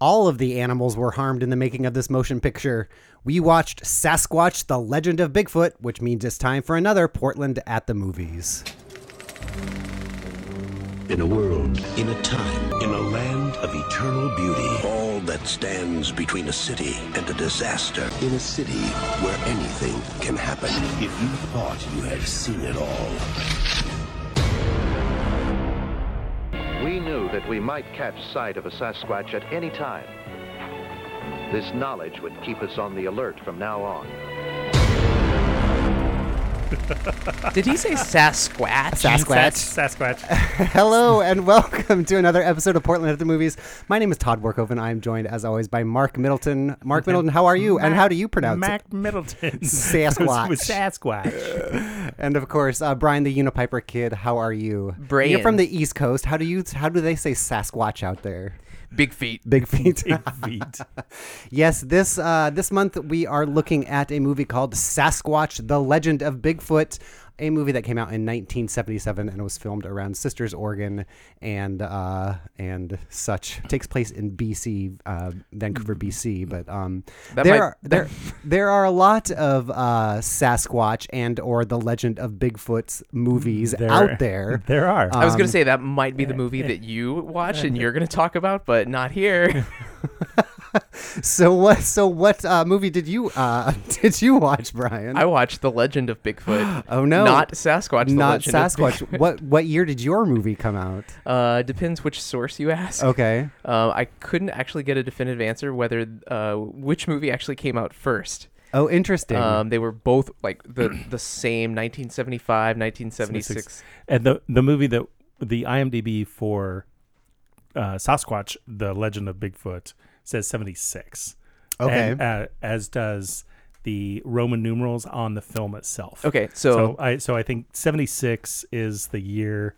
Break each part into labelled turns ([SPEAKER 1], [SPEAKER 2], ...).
[SPEAKER 1] all of the animals were harmed in the making of this motion picture. We watched Sasquatch, The Legend of Bigfoot, which means it's time for another Portland at the Movies.
[SPEAKER 2] In a world,
[SPEAKER 3] In a time,
[SPEAKER 2] in a land of eternal beauty, all that stands between a city and a disaster,
[SPEAKER 3] in a city,
[SPEAKER 2] where anything can happen. If you thought you had seen it all,
[SPEAKER 4] We knew that we might catch sight of a Sasquatch at any time. This knowledge would keep us on the alert from now on.
[SPEAKER 5] Did he say Sasquatch?
[SPEAKER 1] Sasquatch.
[SPEAKER 6] Sasquatch.
[SPEAKER 1] Hello and welcome to another episode of Portland at the Movies. My name is Todd Workoven. I'm joined, as always, by Mark Middleton. Mark Middleton, how are you? and how do you pronounce it?
[SPEAKER 6] Mac Middleton.
[SPEAKER 1] Sasquatch.
[SPEAKER 6] With Sasquatch.
[SPEAKER 1] And of course, uh, Brian the Unipiper Kid. How are you?
[SPEAKER 5] Brian.
[SPEAKER 1] You're from the East Coast. How do you? How do they say Sasquatch out there?
[SPEAKER 5] Big feet.
[SPEAKER 1] Big feet.
[SPEAKER 6] Big feet.
[SPEAKER 1] yes, this uh, this month we are looking at a movie called Sasquatch: The Legend of Bigfoot. A movie that came out in 1977 and was filmed around Sisters, Oregon, and uh, and such. takes place in BC, uh, Vancouver, BC. But um,
[SPEAKER 5] That
[SPEAKER 1] there
[SPEAKER 5] might-
[SPEAKER 1] are there there are a lot of uh, Sasquatch and or the Legend of Bigfoot's movies out there. Uh, Um,
[SPEAKER 6] There are.
[SPEAKER 5] I was gonna say that might be the movie that you watch and you're gonna talk about, but not here.
[SPEAKER 1] So what? So what uh, movie did you uh, did you watch, Brian?
[SPEAKER 5] I watched The Legend of Bigfoot.
[SPEAKER 1] Oh, no.
[SPEAKER 5] Not Sasquatch. The
[SPEAKER 1] not
[SPEAKER 5] Legend of
[SPEAKER 1] Sasquatch.
[SPEAKER 5] Bigfoot.
[SPEAKER 1] What what year did your movie come out?
[SPEAKER 5] Uh, depends which source you ask.
[SPEAKER 1] Okay.
[SPEAKER 5] Uh, I couldn't actually get a definitive answer whether uh, which movie actually came out first.
[SPEAKER 1] Oh, interesting.
[SPEAKER 5] Um, they were both like the the same 1975, 1976.
[SPEAKER 6] And the the movie that the IMDb for uh, Sasquatch: The Legend of Bigfoot says seventy six.
[SPEAKER 1] Okay.
[SPEAKER 6] And, uh, as does the Roman numerals on the film itself.
[SPEAKER 5] Okay, so-
[SPEAKER 6] I so I think seventy six is the year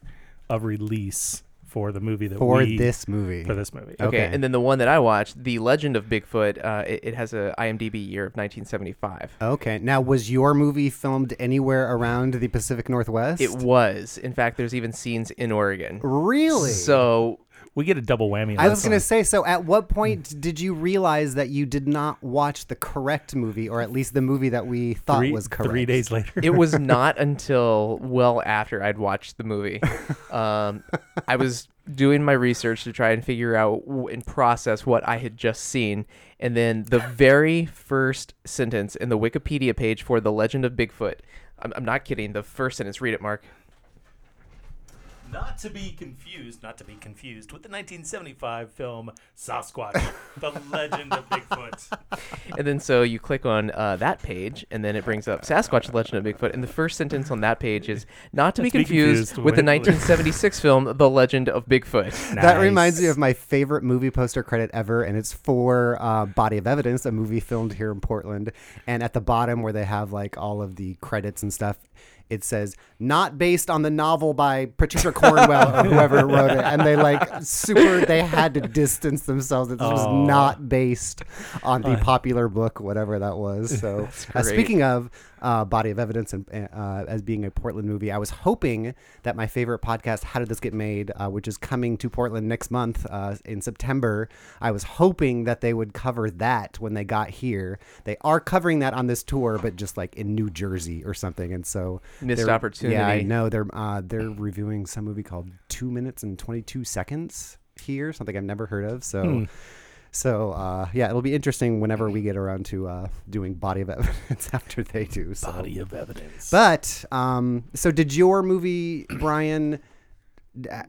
[SPEAKER 6] of release for the movie that
[SPEAKER 1] for
[SPEAKER 6] we-
[SPEAKER 1] this movie.
[SPEAKER 6] for this movie.
[SPEAKER 5] Okay.
[SPEAKER 1] Okay.
[SPEAKER 5] and then the one that I watched, The Legend of Bigfoot, uh, it, it has a IMDb year of 1975.
[SPEAKER 1] Okay. Now, was your movie filmed anywhere around the Pacific Northwest?
[SPEAKER 5] It was, in fact, there's even scenes in Oregon.
[SPEAKER 1] really.
[SPEAKER 5] So
[SPEAKER 6] We get a double whammy.
[SPEAKER 1] I
[SPEAKER 6] on
[SPEAKER 1] was
[SPEAKER 6] this
[SPEAKER 1] gonna
[SPEAKER 6] one.
[SPEAKER 1] say. So, at what point did you realize that you did not watch the correct movie, or at least the movie that we thought
[SPEAKER 6] three,
[SPEAKER 1] was correct?
[SPEAKER 6] three days later.
[SPEAKER 5] it was not until well after I'd watched the movie. Um, I was doing my research to try and figure out w- and process what I had just seen. And then the very first sentence in the Wikipedia page for The Legend of Bigfoot, I'm, I'm not kidding, the first sentence, read it, Mark.
[SPEAKER 6] Not to be confused, not to be confused with the 1975 film Sasquatch, The Legend of Bigfoot.
[SPEAKER 5] And then so you click on uh, that page, and then it brings up Sasquatch: The Legend of Bigfoot. And the first sentence on that page is not to be
[SPEAKER 6] be
[SPEAKER 5] confused,
[SPEAKER 6] confused
[SPEAKER 5] with the
[SPEAKER 6] with-
[SPEAKER 5] 1976 film The Legend of Bigfoot.
[SPEAKER 1] That reminds me of my favorite movie poster credit ever, and it's for uh, Body of Evidence, a movie filmed here in Portland. And at the bottom, where they have like all of the credits and stuff, it says "not based on the novel by Patricia Cornwell or whoever wrote it." And they like super, they had to distance themselves that this was not based on the popular book, whatever that was. So, uh,
[SPEAKER 5] great.
[SPEAKER 1] speaking of uh, Body of Evidence and uh, as being a Portland movie, I was hoping that my favorite podcast, How Did This Get Made, uh, which is coming to Portland next month uh, in September, I was hoping that they would cover that when they got here. They are covering that on this tour, but just like in New Jersey or something. And so
[SPEAKER 5] Missed
[SPEAKER 1] they're-
[SPEAKER 5] opportunity.
[SPEAKER 1] Yeah, I know. They're uh, they're
[SPEAKER 6] Mm.
[SPEAKER 1] reviewing some movie called Two Minutes and Twenty Two Seconds here, something I've never heard of. So.
[SPEAKER 6] Hmm.
[SPEAKER 1] So uh, yeah, it'll be interesting whenever
[SPEAKER 6] Mm.
[SPEAKER 1] we get around to uh, doing body of evidence after they do. So.
[SPEAKER 6] Body of evidence.
[SPEAKER 1] But um, so did your movie, Brian? d- uh,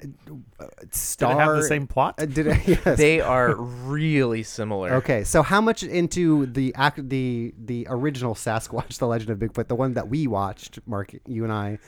[SPEAKER 6] Did
[SPEAKER 1] Star
[SPEAKER 6] it have the same plot?
[SPEAKER 1] Uh, did it? Yes.
[SPEAKER 5] They are really similar.
[SPEAKER 1] okay. So how much into the ac- the the original Sasquatch: The Legend of Bigfoot, the one that we watched, Mark, you and I.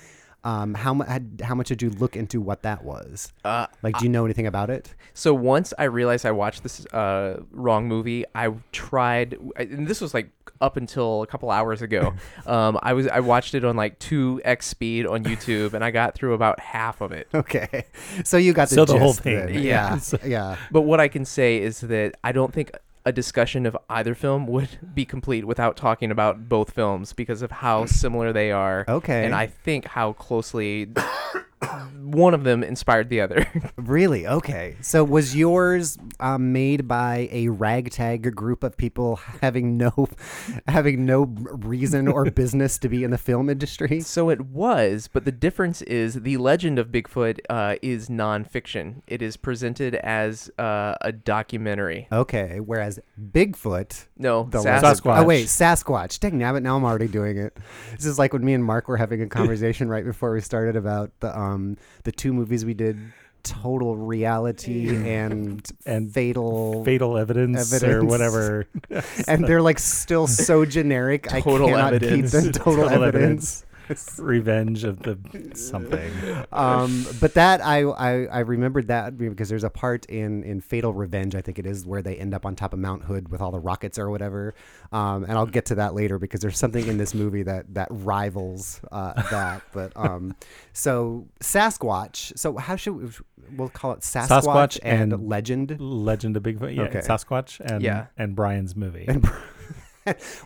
[SPEAKER 1] Um, how much? How much did you look into what that was? Uh, like, do you know anything about it?
[SPEAKER 5] So once I realized I watched this uh, wrong movie, I tried, I- and this was like up until a couple hours ago. um, I was I watched it on like two x speed on YouTube, and I got through about half of it.
[SPEAKER 1] Okay, so you got the
[SPEAKER 6] So the whole
[SPEAKER 1] gist
[SPEAKER 6] thing.
[SPEAKER 1] then.
[SPEAKER 5] Yeah.
[SPEAKER 1] yeah, yeah.
[SPEAKER 5] But what I can say is that I don't think a discussion of either film would be complete without talking about both films because of how similar they are.
[SPEAKER 1] Mm. Okay.
[SPEAKER 5] And I think how closely one of them inspired the other.
[SPEAKER 1] Really? Okay. So was yours um, made by a ragtag group of people having no, having no reason or business to be in the film industry?
[SPEAKER 5] so it was, but the difference is the legend of Bigfoot uh, is nonfiction. It is presented as uh, a documentary.
[SPEAKER 1] Okay. Whereas Bigfoot,
[SPEAKER 5] No,
[SPEAKER 1] the
[SPEAKER 5] Sas-
[SPEAKER 1] legend-
[SPEAKER 6] Sasquatch.
[SPEAKER 1] Oh wait, Sasquatch. Dang nabbit! Now I'm already doing it. This is like when me and Mark were having a conversation right before we started about the um the two movies we did, Total Reality and
[SPEAKER 6] And
[SPEAKER 1] Fatal.
[SPEAKER 6] Fatal evidence, or
[SPEAKER 1] Evidence.
[SPEAKER 6] whatever.
[SPEAKER 1] and they're like still so generic.
[SPEAKER 5] Total
[SPEAKER 1] I cannot
[SPEAKER 5] Evidence.
[SPEAKER 1] keep them. Total, evidence.
[SPEAKER 6] evidence. Revenge of the something.
[SPEAKER 1] um, but that I, I I remembered that because there's a part in in Fatal Revenge I think it is where they end up on top of Mount Hood with all the rockets or whatever, um, and I'll get to that later because there's something in this movie that that rivals uh, that. But um, so Sasquatch. So how should we, we'll call it Sasquatch,
[SPEAKER 6] Sasquatch
[SPEAKER 1] and,
[SPEAKER 6] and-
[SPEAKER 1] Legend?
[SPEAKER 6] Legend of Bigfoot. Yeah,
[SPEAKER 1] Okay.
[SPEAKER 6] Sasquatch and
[SPEAKER 5] Yeah.
[SPEAKER 6] and Brian's movie.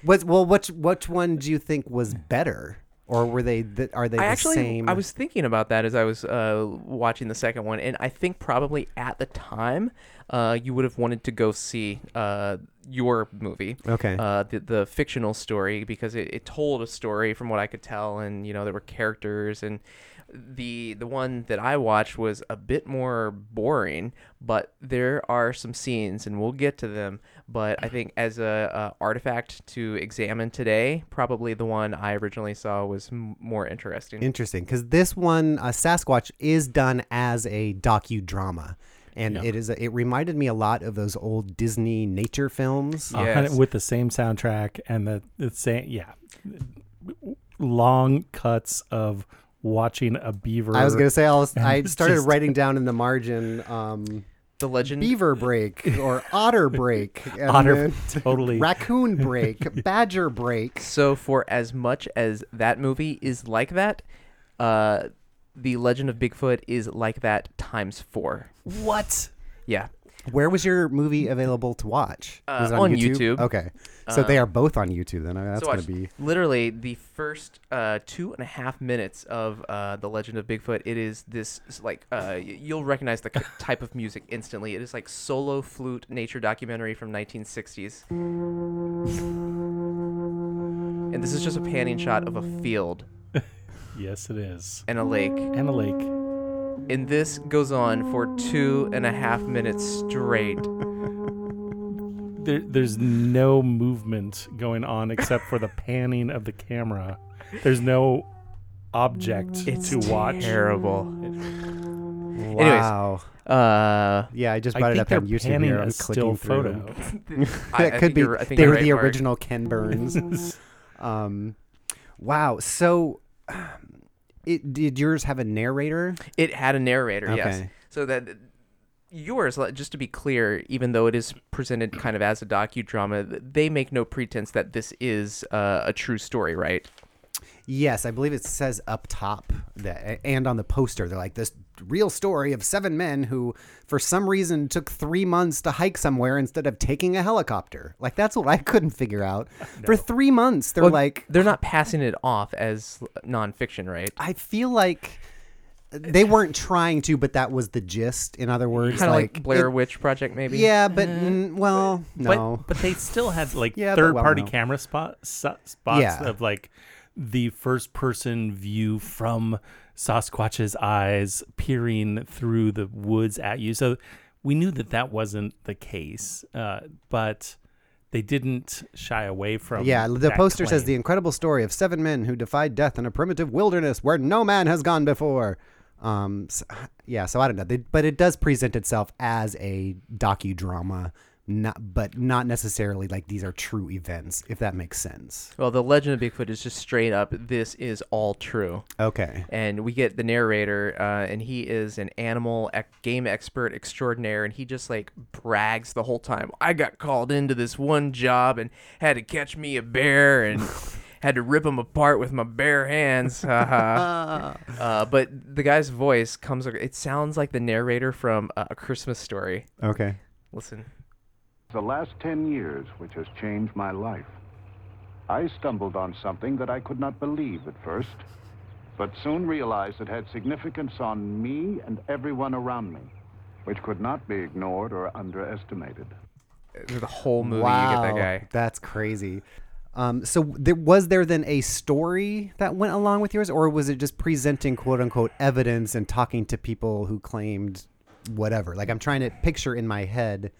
[SPEAKER 1] What well which which one do you think was better or were they th- are they
[SPEAKER 5] I
[SPEAKER 1] the
[SPEAKER 5] actually
[SPEAKER 1] same?
[SPEAKER 5] I was thinking about that as I was uh, watching the second one, and I think probably at the time uh, you would have wanted to go see uh, your movie,
[SPEAKER 1] Okay.
[SPEAKER 5] uh, the the fictional story, because it, it told a story from what I could tell, and you know there were characters, and the the one that I watched was a bit more boring, but there are some scenes, and we'll get to them. But I think as a, a artifact to examine today, probably the one I originally saw was m- more interesting.
[SPEAKER 1] Interesting, because this one, uh, Sasquatch, is done as a docudrama, and it is. A, it reminded me a lot of those old Disney nature films.
[SPEAKER 5] Yeah.
[SPEAKER 6] And
[SPEAKER 5] Yes.
[SPEAKER 6] Uh, with the same soundtrack and the, the same yeah long cuts of watching a beaver
[SPEAKER 1] I was gonna say I, was,
[SPEAKER 6] And
[SPEAKER 1] I
[SPEAKER 6] it's
[SPEAKER 1] started
[SPEAKER 6] just-
[SPEAKER 1] writing down in the margin um,
[SPEAKER 5] the legend
[SPEAKER 1] beaver break or otter break, and
[SPEAKER 6] otter
[SPEAKER 1] then
[SPEAKER 6] totally
[SPEAKER 1] raccoon break, badger break.
[SPEAKER 5] So, for as much as that movie is like that, uh, the Legend of Bigfoot is like that times four.
[SPEAKER 6] what
[SPEAKER 5] Yeah,
[SPEAKER 1] Where was your movie available to watch?
[SPEAKER 5] Uh,
[SPEAKER 1] Was it
[SPEAKER 5] on YouTube.
[SPEAKER 1] Okay, so they
[SPEAKER 6] Uh,
[SPEAKER 1] are both on YouTube. Then I mean, that's
[SPEAKER 5] so
[SPEAKER 1] gonna
[SPEAKER 5] watch
[SPEAKER 1] be
[SPEAKER 5] literally the first uh, two and a half minutes of uh, the Legend of Bigfoot. It is this it's like uh, y- you'll recognize the c- type of music instantly. It is like solo flute nature documentary from 1960s, and this is just a panning shot of a field
[SPEAKER 6] yes it is
[SPEAKER 5] and a lake.
[SPEAKER 6] and a lake
[SPEAKER 5] And this goes on for two and a half minutes straight.
[SPEAKER 6] there, there's no movement going on except for the panning of the camera there's no object to watch
[SPEAKER 5] Terrible.
[SPEAKER 1] wow.
[SPEAKER 5] Uh,
[SPEAKER 1] yeah, I just
[SPEAKER 6] I
[SPEAKER 1] brought
[SPEAKER 6] think
[SPEAKER 1] it up
[SPEAKER 6] they're
[SPEAKER 1] on YouTube
[SPEAKER 6] panning
[SPEAKER 1] here.
[SPEAKER 6] a
[SPEAKER 1] I'm clicking
[SPEAKER 6] still
[SPEAKER 1] through.
[SPEAKER 6] photo.
[SPEAKER 5] I, I
[SPEAKER 1] that could
[SPEAKER 5] think
[SPEAKER 1] be.
[SPEAKER 5] you're- I think
[SPEAKER 1] they
[SPEAKER 5] you're
[SPEAKER 1] were the
[SPEAKER 5] right, Mark.
[SPEAKER 1] original Ken Burns. um, wow. So, um, it did yours have a narrator?
[SPEAKER 5] It had a narrator, yes.
[SPEAKER 1] Okay.
[SPEAKER 5] So that yours, like, just to be clear, even though it is presented kind of as a docudrama, th- they make no pretense that this is uh, a true story, right?
[SPEAKER 1] Yes, I believe it says up top that, and on the poster they're like this real story of seven men who, for some reason, took three months to hike somewhere instead of taking a helicopter. Like that's what I couldn't figure out. For three months, they're like,
[SPEAKER 5] They're not passing it off as nonfiction, right?
[SPEAKER 1] I feel like. They weren't trying to, but that was the gist. In other words,
[SPEAKER 5] Kind of like,
[SPEAKER 1] like it-
[SPEAKER 5] Blair Witch Project, maybe.
[SPEAKER 1] Yeah, but mm, well,
[SPEAKER 6] Uh, But
[SPEAKER 1] no.
[SPEAKER 6] but they still had like
[SPEAKER 1] Yeah, but
[SPEAKER 6] third
[SPEAKER 1] well,
[SPEAKER 6] party
[SPEAKER 1] no.
[SPEAKER 6] camera spot, so- spots
[SPEAKER 1] Yeah.
[SPEAKER 6] of like the first person view from Sasquatch's eyes peering through the woods at you. So we knew that that wasn't the case, uh, but they didn't shy away from.
[SPEAKER 1] yeah, the
[SPEAKER 6] um, that
[SPEAKER 1] poster says the
[SPEAKER 6] claim.
[SPEAKER 1] incredible story of seven men who defied death in a primitive wilderness where no man has gone before. Um, so- yeah, so I don't know, they, but it does present itself as a docudrama, not but not necessarily like these are true events, if that makes sense.
[SPEAKER 5] Well, the legend of Bigfoot is just straight up. This is all true.
[SPEAKER 1] Okay.
[SPEAKER 5] and we get the narrator uh, and he is an animal ec- game expert extraordinaire and he just like brags the whole time i got called into this one job and had to catch me a bear and had to rip him apart with my bare hands haha." uh, but the guy's voice comes it sounds like the narrator from uh, a christmas story
[SPEAKER 1] Okay.
[SPEAKER 5] listen
[SPEAKER 3] The last 10 years, which has changed my life. I stumbled on something that I could not believe at first. but soon realized it had significance on me and everyone around me, which could not be ignored or underestimated.
[SPEAKER 5] The whole movie you get that guy.
[SPEAKER 1] That's crazy. Um, so there, was there then a story that went along with yours, or was it just presenting quote unquote evidence and talking to people who claimed whatever? Like I'm trying to picture in my head,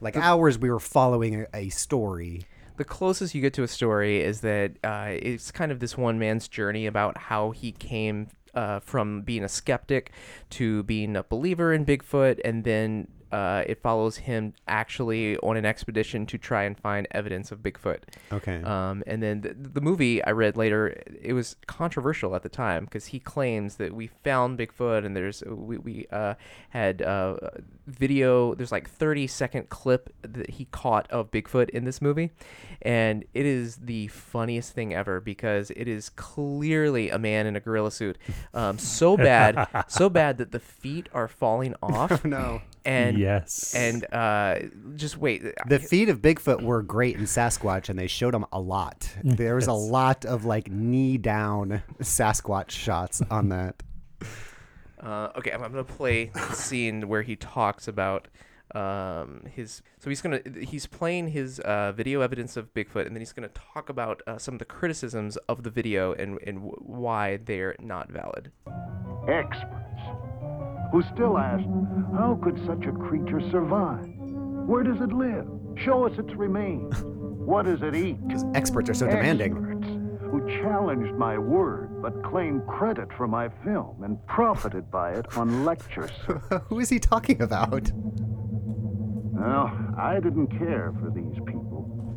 [SPEAKER 1] like hours we were following a, a story.
[SPEAKER 5] the closest you get to a story is that uh, it's kind of this one man's journey about how he came uh, from being a skeptic to being a believer in Bigfoot, and then uh, it follows him actually on an expedition to try and find evidence of Bigfoot.
[SPEAKER 1] Okay.
[SPEAKER 5] Um, and then the, the movie I read later, it was controversial at the time because he claims that we found Bigfoot and there's we, we uh, had uh, video. There's like 30 second clip that he caught of Bigfoot in this movie, and it is the funniest thing ever because it is clearly a man in a gorilla suit, um, so bad, so bad that the feet are falling off.
[SPEAKER 1] no.
[SPEAKER 5] And
[SPEAKER 6] Yes.
[SPEAKER 5] and uh, just wait.
[SPEAKER 1] The feet of Bigfoot were great in Sasquatch, and they showed them a lot. There was a lot of like knee down Sasquatch shots on that.
[SPEAKER 5] Uh, okay, I'm, I'm gonna play the scene where he talks about um, his. So he's gonna he's playing his uh, video evidence of Bigfoot, and then he's gonna talk about uh, some of the criticisms of the video and and w- why they're not valid.
[SPEAKER 3] Experts who still ask, how could such a creature survive? Where does it live? Show us its remains. What does it eat?
[SPEAKER 1] Experts are so demanding.
[SPEAKER 3] Experts who challenged my word but claimed credit for my film and profited by it on lectures.
[SPEAKER 1] Who is he talking about?
[SPEAKER 3] Now, I didn't care for these people.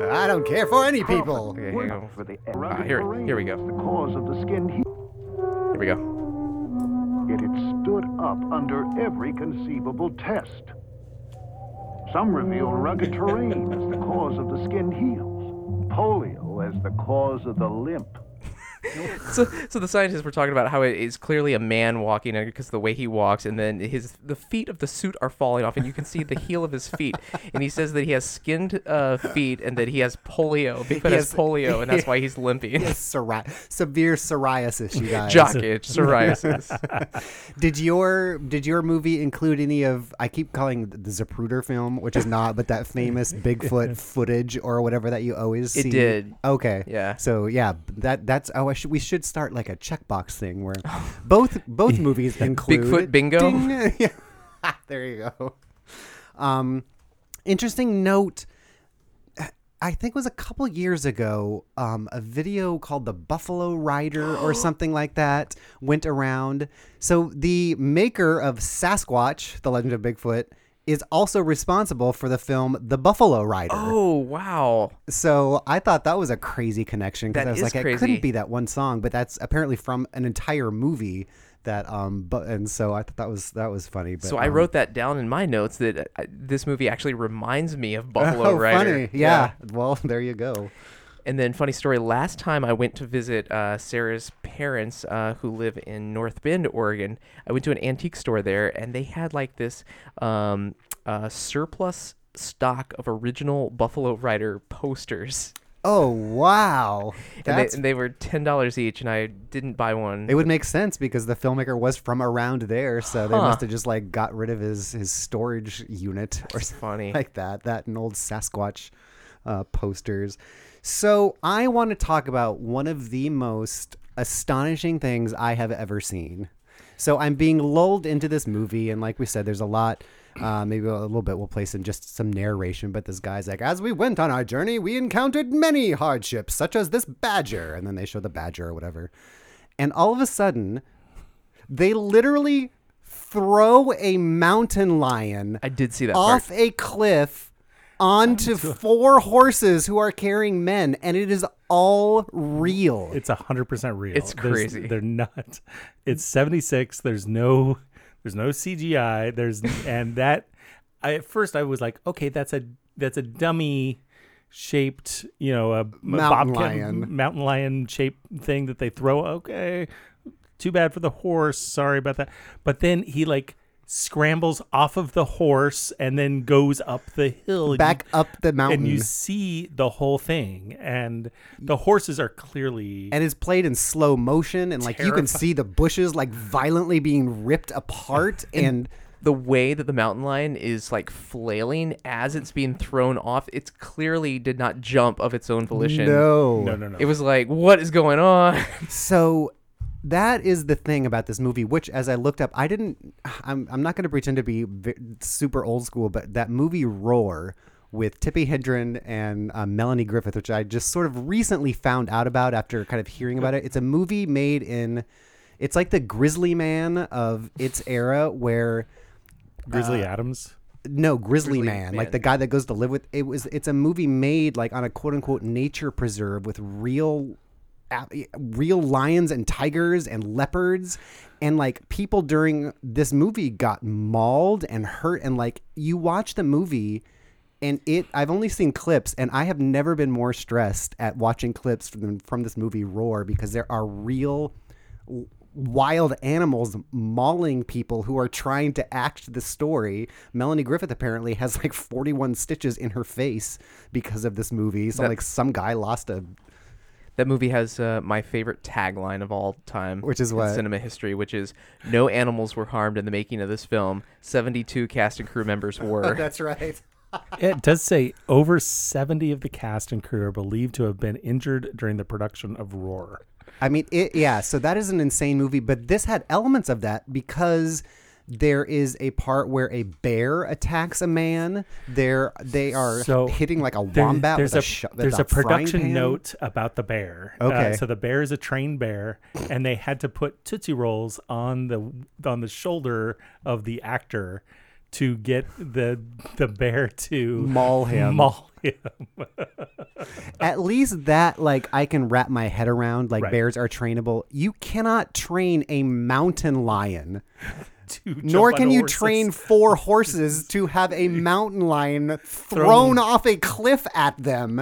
[SPEAKER 1] Uh, I don't care for any people.
[SPEAKER 5] Okay, hang
[SPEAKER 3] Worked
[SPEAKER 5] on.
[SPEAKER 3] for the
[SPEAKER 5] Ah, here- here we go.
[SPEAKER 3] The cause of the skin heat.
[SPEAKER 5] Here we go.
[SPEAKER 3] It had stood up under every conceivable test. Some reveal rugged terrain as the cause of the skin heals, polio as the cause of the limp.
[SPEAKER 5] So, so the scientists were talking about how it is clearly a man walking because of the way he walks, and then his the feet of the suit are falling off, and you can see the heel of his feet. And he says that he has skinned uh, feet and that he has polio. Bigfoot has
[SPEAKER 1] has-
[SPEAKER 5] polio, and that's why he's limping.
[SPEAKER 1] Psori- severe psoriasis, you guys.
[SPEAKER 5] Jock itch, psoriasis.
[SPEAKER 1] Did your did your movie include any of I keep calling the Zapruder film, which is not, but that famous Bigfoot footage or whatever that you always
[SPEAKER 5] It
[SPEAKER 1] see?
[SPEAKER 5] did.
[SPEAKER 1] Okay.
[SPEAKER 5] Yeah.
[SPEAKER 1] So yeah, that that's oh I should we should start like a checkbox thing where both both movies include
[SPEAKER 5] Bigfoot bingo?
[SPEAKER 1] Ding. Yeah. there you go. Um, interesting note. I think it was a couple years ago, um, a video called The Buffalo Rider or something like that went around. So, the maker of Sasquatch, The Legend of Bigfoot, is also responsible for the film The Buffalo Rider.
[SPEAKER 5] Oh wow!
[SPEAKER 1] So, I thought that was a crazy connection because
[SPEAKER 5] That
[SPEAKER 1] I was
[SPEAKER 5] is
[SPEAKER 1] like, it
[SPEAKER 5] crazy.
[SPEAKER 1] couldn't be that one song, but that's apparently from an entire movie. That um, but and so I thought that was that was funny. But
[SPEAKER 5] So I
[SPEAKER 1] um,
[SPEAKER 5] wrote that down in my notes that uh, I, this movie actually reminds me of Buffalo
[SPEAKER 1] oh, funny,
[SPEAKER 5] Rider.
[SPEAKER 1] yeah. Well, there you go.
[SPEAKER 5] And then funny story. Last time I went to visit uh, Sarah's parents, uh, who live in North Bend, Oregon, I went to an antique store there, and they had like this um, uh, surplus stock of original Buffalo Rider posters,
[SPEAKER 1] Oh wow,
[SPEAKER 5] and they,
[SPEAKER 1] That's
[SPEAKER 5] and they were ten dollars each, and I didn't buy one.
[SPEAKER 1] It would make sense because the filmmaker was from around there, so they must have just like got rid of his his storage unit or something
[SPEAKER 5] funny.
[SPEAKER 1] like that. That and old Sasquatch uh, posters. So I want to talk about one of the most astonishing things I have ever seen. So I'm being lulled into this movie, and like we said, there's a lot. Uh, maybe a little bit we'll place in just some narration, but this guy's like, as we went on our journey, we encountered many hardships, such as this badger, and then they show the badger or whatever and all of a sudden they literally throw a mountain lion
[SPEAKER 5] I did see that part.
[SPEAKER 1] off a cliff onto four horses who are carrying men and it is all real
[SPEAKER 6] It's hundred percent real.
[SPEAKER 5] It's
[SPEAKER 6] There's-
[SPEAKER 5] crazy.
[SPEAKER 6] they're not. It's seventy six. There's no. There's no CGI. There's and that. I, at first, I was like, okay, that's a that's a dummy shaped, you know, a
[SPEAKER 1] Mountain
[SPEAKER 6] bobcat-
[SPEAKER 1] lion.
[SPEAKER 6] mountain lion shaped thing that they throw. Okay, too bad for the horse. Sorry about that. But then he like scrambles off of the horse and then goes up the hill and
[SPEAKER 1] Back
[SPEAKER 6] you-
[SPEAKER 1] up the mountain.
[SPEAKER 6] and you see the whole thing and the horses are clearly
[SPEAKER 1] and it's played in slow motion and like you can
[SPEAKER 6] Terrifying.
[SPEAKER 1] see the bushes like violently being ripped apart and
[SPEAKER 5] the way that the mountain lion is like flailing as it's being thrown off, it's clearly did not jump of its own volition.
[SPEAKER 1] no.
[SPEAKER 6] no no no
[SPEAKER 5] It was like, what is going on?
[SPEAKER 1] So that is the thing about this movie, which, as I looked up, I didn't. I'm, I'm not going to pretend to be v- super old school, but that movie Roar with Tippi Hedren and uh, Melanie Griffith, which I just sort of recently found out about after kind of hearing about it. It's a movie made in. It's like the Grizzly Man of its era, where Uh,
[SPEAKER 6] grizzly adams
[SPEAKER 1] no grizzly, man, like the guy that goes to live with it was it's a movie made like on a quote unquote nature preserve with real ap- real lions and tigers and leopards and like people during this movie got mauled and hurt and like you watch the movie and it I've only seen clips and I have never been more stressed at watching clips from from this movie Roar because there are real w- wild animals mauling people who are trying to act the story. Melanie Griffith apparently has like 41 stitches in her face because of this movie. So
[SPEAKER 5] That-
[SPEAKER 1] like some guy lost a
[SPEAKER 5] That movie has uh, my favorite tagline of all time,
[SPEAKER 1] Which is
[SPEAKER 5] in
[SPEAKER 1] what?
[SPEAKER 5] cinema history, which is "No animals were harmed in the making of this film. Seventy-two cast and crew members were."
[SPEAKER 1] That's right.
[SPEAKER 6] it does say over 70 of the cast and crew are believed to have been injured during the production of roar
[SPEAKER 1] I mean, it, yeah. So that is an insane movie, but this had elements of that because there is a part where a bear attacks a man. There, they are
[SPEAKER 6] So
[SPEAKER 1] hitting like a
[SPEAKER 6] There-
[SPEAKER 1] wombat.
[SPEAKER 6] There's
[SPEAKER 1] with a,
[SPEAKER 6] a,
[SPEAKER 1] sh- with
[SPEAKER 6] there's a
[SPEAKER 1] frying
[SPEAKER 6] production
[SPEAKER 1] pan.
[SPEAKER 6] note about the bear. Uh,
[SPEAKER 1] Okay.
[SPEAKER 6] so the bear is a trained bear, and they had to put tootsie rolls on the on the shoulder of the actor to get the the bear to
[SPEAKER 1] Maul him.
[SPEAKER 6] Maul him.
[SPEAKER 1] At least that, like, I can wrap my head around. Like,
[SPEAKER 6] Right.
[SPEAKER 1] bears are trainable. You cannot train a mountain lion,
[SPEAKER 6] To jump
[SPEAKER 1] nor
[SPEAKER 6] on
[SPEAKER 1] can you
[SPEAKER 6] horses.
[SPEAKER 1] train four horses to have a mountain lion thrown off a cliff at them,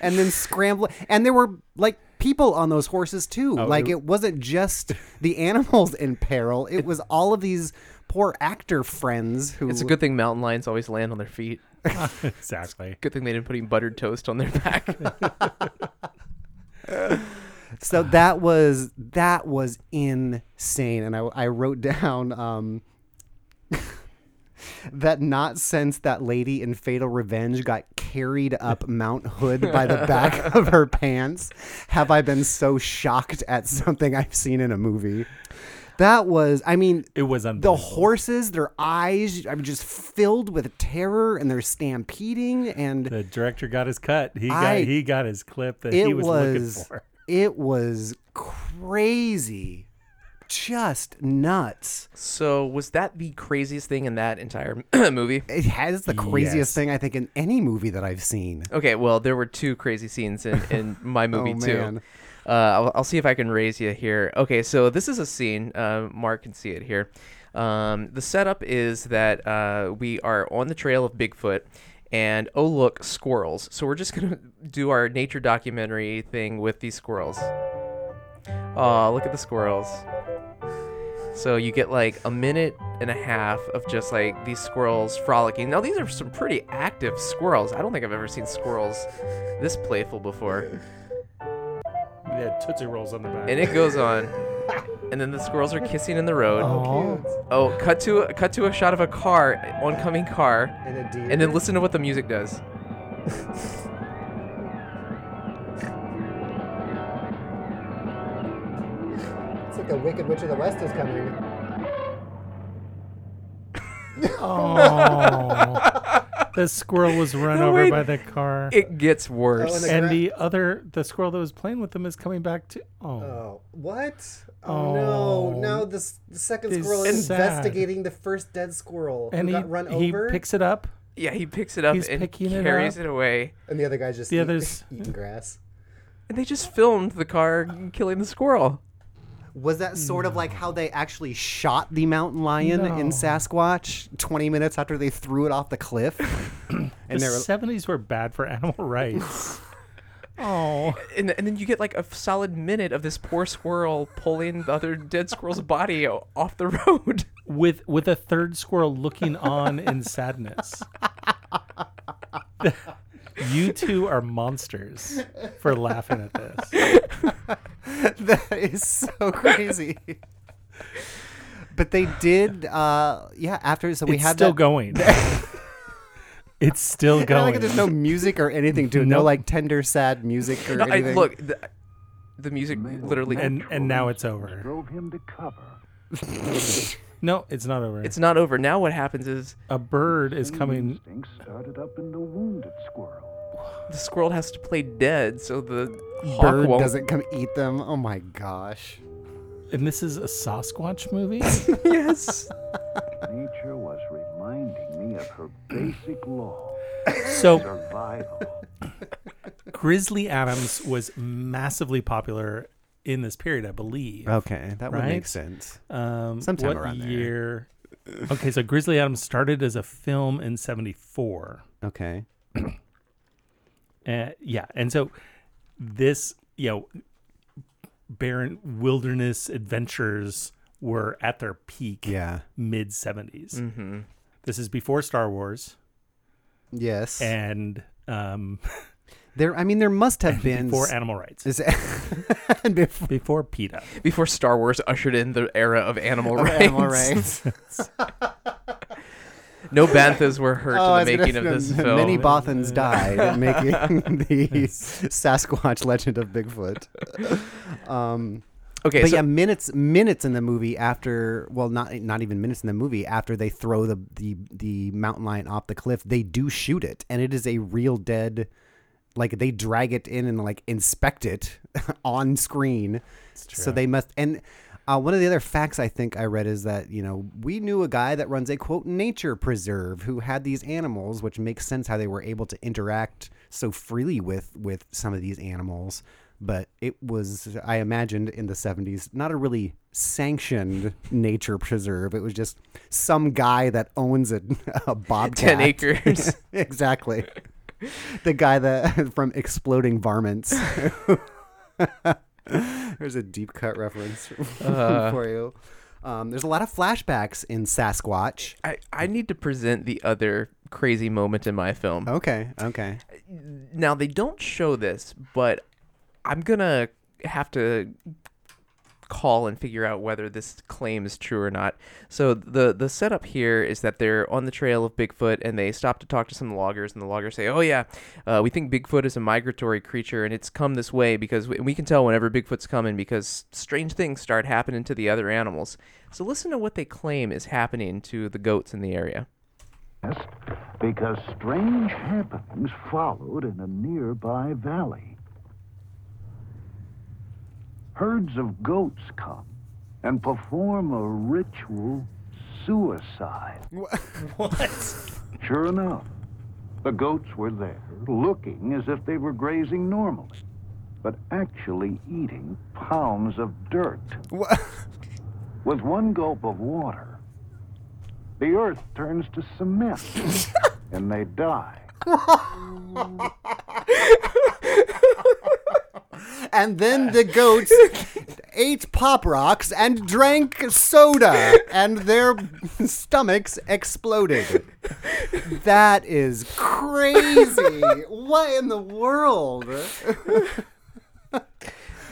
[SPEAKER 1] and then scramble. And there were like people on those horses too.
[SPEAKER 6] Oh,
[SPEAKER 1] like, it, wasn't just the animals in peril; it, was all of these poor actor friends who.
[SPEAKER 5] it's a good thing mountain lions always land on their feet.
[SPEAKER 6] exactly.
[SPEAKER 5] Good thing they didn't put any buttered toast on their back.
[SPEAKER 1] So that was that was insane, and I, I wrote down um, that not since that lady in Fatal Revenge got carried up Mount Hood by the back of her pants have I been so shocked at something I've seen in a movie. That was, I mean,
[SPEAKER 6] It was
[SPEAKER 1] the
[SPEAKER 6] unbelievable.
[SPEAKER 1] horses, their eyes, I'm just filled with terror, and they're stampeding, and
[SPEAKER 6] the director got his cut. He got
[SPEAKER 1] I-
[SPEAKER 6] he got his clip that
[SPEAKER 1] it
[SPEAKER 6] he was, looking
[SPEAKER 1] was
[SPEAKER 6] for.
[SPEAKER 1] it was crazy just nuts
[SPEAKER 5] so, was that the craziest thing in that entire movie?
[SPEAKER 1] it has the craziest
[SPEAKER 6] Yes.
[SPEAKER 1] thing i think in any movie that i've seen
[SPEAKER 5] Okay, well, there were two crazy scenes in, in my movie,
[SPEAKER 1] Oh, man.
[SPEAKER 5] too. Uh, I'll, I'll see if I can raise you here. Okay, so this is a scene. Uh, Mark can see it here. Um, the setup is that uh, we are on the trail of Bigfoot, and oh, look, squirrels. So we're just going to do our nature documentary thing with these squirrels. Oh, look at the squirrels. So you get like a minute and a half of just like these squirrels frolicking. Now these are some pretty active squirrels. I don't think I've ever seen squirrels this playful before.
[SPEAKER 6] They had tootsie rolls on the back.
[SPEAKER 5] And it goes on. And then the squirrels are kissing in the road. Oh, cut to a, cut to a shot of a car, oncoming car,
[SPEAKER 1] and a deer
[SPEAKER 5] and then listen to what the music does.
[SPEAKER 1] it's like the wicked witch of the west is coming
[SPEAKER 6] Oh, the squirrel was run
[SPEAKER 5] No,
[SPEAKER 6] over
[SPEAKER 5] wait.
[SPEAKER 6] by the car.
[SPEAKER 5] It gets worse.
[SPEAKER 1] Oh, and the-
[SPEAKER 6] and
[SPEAKER 1] Gra-
[SPEAKER 6] the other the squirrel that was playing with them is coming back to oh
[SPEAKER 1] oh what
[SPEAKER 6] Oh, Oh. no. Now
[SPEAKER 1] the, the second
[SPEAKER 6] This squirrel is sad. investigating
[SPEAKER 1] the first dead squirrel
[SPEAKER 6] and he, he picks it up
[SPEAKER 5] yeah, he picks it up
[SPEAKER 6] He's
[SPEAKER 5] and
[SPEAKER 6] picking it
[SPEAKER 5] carries
[SPEAKER 6] up.
[SPEAKER 5] it away.
[SPEAKER 1] and the other guy's just
[SPEAKER 6] The eat- others- eating
[SPEAKER 1] grass
[SPEAKER 5] And they just filmed the car killing the squirrel.
[SPEAKER 1] was that sort of like how they actually shot the mountain lion
[SPEAKER 6] No.
[SPEAKER 1] in sasquatch 20 minutes after they threw it off the cliff and
[SPEAKER 6] the
[SPEAKER 1] they were
[SPEAKER 6] 70s were bad for animal rights oh
[SPEAKER 5] and, and then you get like a solid minute of this poor squirrel pulling the other dead squirrel's body o- off the road.
[SPEAKER 6] with with a third squirrel looking on in sadness. you two are monsters for laughing at this.
[SPEAKER 1] that is so crazy. but they did, uh, yeah. After so we
[SPEAKER 6] it's
[SPEAKER 1] had
[SPEAKER 6] still
[SPEAKER 1] that,
[SPEAKER 6] going. it's still
[SPEAKER 1] I
[SPEAKER 6] going.
[SPEAKER 1] like there's no music or anything to it. No
[SPEAKER 6] Nope.
[SPEAKER 1] like tender, sad music or
[SPEAKER 5] No, I,
[SPEAKER 1] anything.
[SPEAKER 5] look, the, the music literally.
[SPEAKER 6] and and now it's
[SPEAKER 3] which
[SPEAKER 6] over.
[SPEAKER 3] drove him to cover.
[SPEAKER 6] No, it's not over.
[SPEAKER 5] It's not over. Now what happens is
[SPEAKER 6] a bird is coming.
[SPEAKER 3] Instinct started up in the wounded squirrel.
[SPEAKER 5] the squirrel has to play dead, so the hawk
[SPEAKER 1] Bird
[SPEAKER 5] won't.
[SPEAKER 1] doesn't come eat them. Oh my gosh.
[SPEAKER 6] And this is a Sasquatch movie?
[SPEAKER 5] Yes.
[SPEAKER 3] Nature was reminding me of her basic law
[SPEAKER 6] so
[SPEAKER 3] survival.
[SPEAKER 6] Grizzly Adams was massively popular in this period, I believe.
[SPEAKER 1] Okay, that would make
[SPEAKER 6] Right?
[SPEAKER 1] sense.
[SPEAKER 6] Um,
[SPEAKER 1] Sometime
[SPEAKER 6] what
[SPEAKER 1] around there.
[SPEAKER 6] year? Okay, so Grizzly Adams started as a film in '74.
[SPEAKER 1] Okay.
[SPEAKER 6] Uh, yeah, and so this, you know, barren wilderness adventures were at their peak.
[SPEAKER 1] Yeah.
[SPEAKER 6] mid '70s. This is before Star Wars,
[SPEAKER 1] Yes.
[SPEAKER 6] and um,
[SPEAKER 1] there. I mean, there must have been
[SPEAKER 6] before
[SPEAKER 1] s-
[SPEAKER 6] animal rights,
[SPEAKER 1] is- and before
[SPEAKER 6] before PETA.
[SPEAKER 5] Before Star Wars ushered in the era of animal rights.
[SPEAKER 1] animal rights.
[SPEAKER 5] No banthas were hurt
[SPEAKER 1] Oh, I was
[SPEAKER 5] in the
[SPEAKER 1] gonna
[SPEAKER 5] making of
[SPEAKER 1] say,
[SPEAKER 5] this
[SPEAKER 1] m-
[SPEAKER 5] film.
[SPEAKER 1] Many Bothans died making the Sasquatch legend of Bigfoot.
[SPEAKER 5] okay,
[SPEAKER 1] But
[SPEAKER 5] so
[SPEAKER 1] yeah, minutes minutes in the movie after well not not even minutes in the movie after they throw the the the mountain lion off the cliff, they do shoot it and it is a real dead like they drag it in and like inspect it on screen. So they must and uh, one of the other facts I think I read is that you know we knew a guy that runs a quote nature preserve who had these animals, which makes sense how they were able to interact so freely with with some of these animals. But it was, I imagined, in the '70s, not a really sanctioned nature preserve. It was just some guy that owns a, a bobcat,
[SPEAKER 5] 10 acres.
[SPEAKER 1] exactly. The guy that from Exploding Varmints. There's a deep cut reference for you. Um, there's a lot of flashbacks in Sasquatch.
[SPEAKER 5] I, I need to present the other crazy moment in my film.
[SPEAKER 1] Okay, okay.
[SPEAKER 5] Now they don't show this, but I'm gonna have to call and figure out whether this claim is true or not. So the the setup here is that they're on the trail of Bigfoot and they stop to talk to some loggers and the loggers say, "Oh yeah, uh, we think Bigfoot is a migratory creature and it's come this way because we, we can tell whenever Bigfoot's coming because strange things start happening to the other animals." So listen to what they claim is happening to the goats in the area.
[SPEAKER 3] Yes, because strange happenings followed in a nearby valley. Herds of goats come and perform a ritual suicide.
[SPEAKER 6] What?
[SPEAKER 3] Sure enough, the goats were there, looking as if they were grazing normally, but actually eating pounds of dirt. With one gulp of water, the earth turns to cement and they die.
[SPEAKER 1] And then the goats ate pop rocks and drank soda, and their stomachs exploded. That is crazy. what in the world?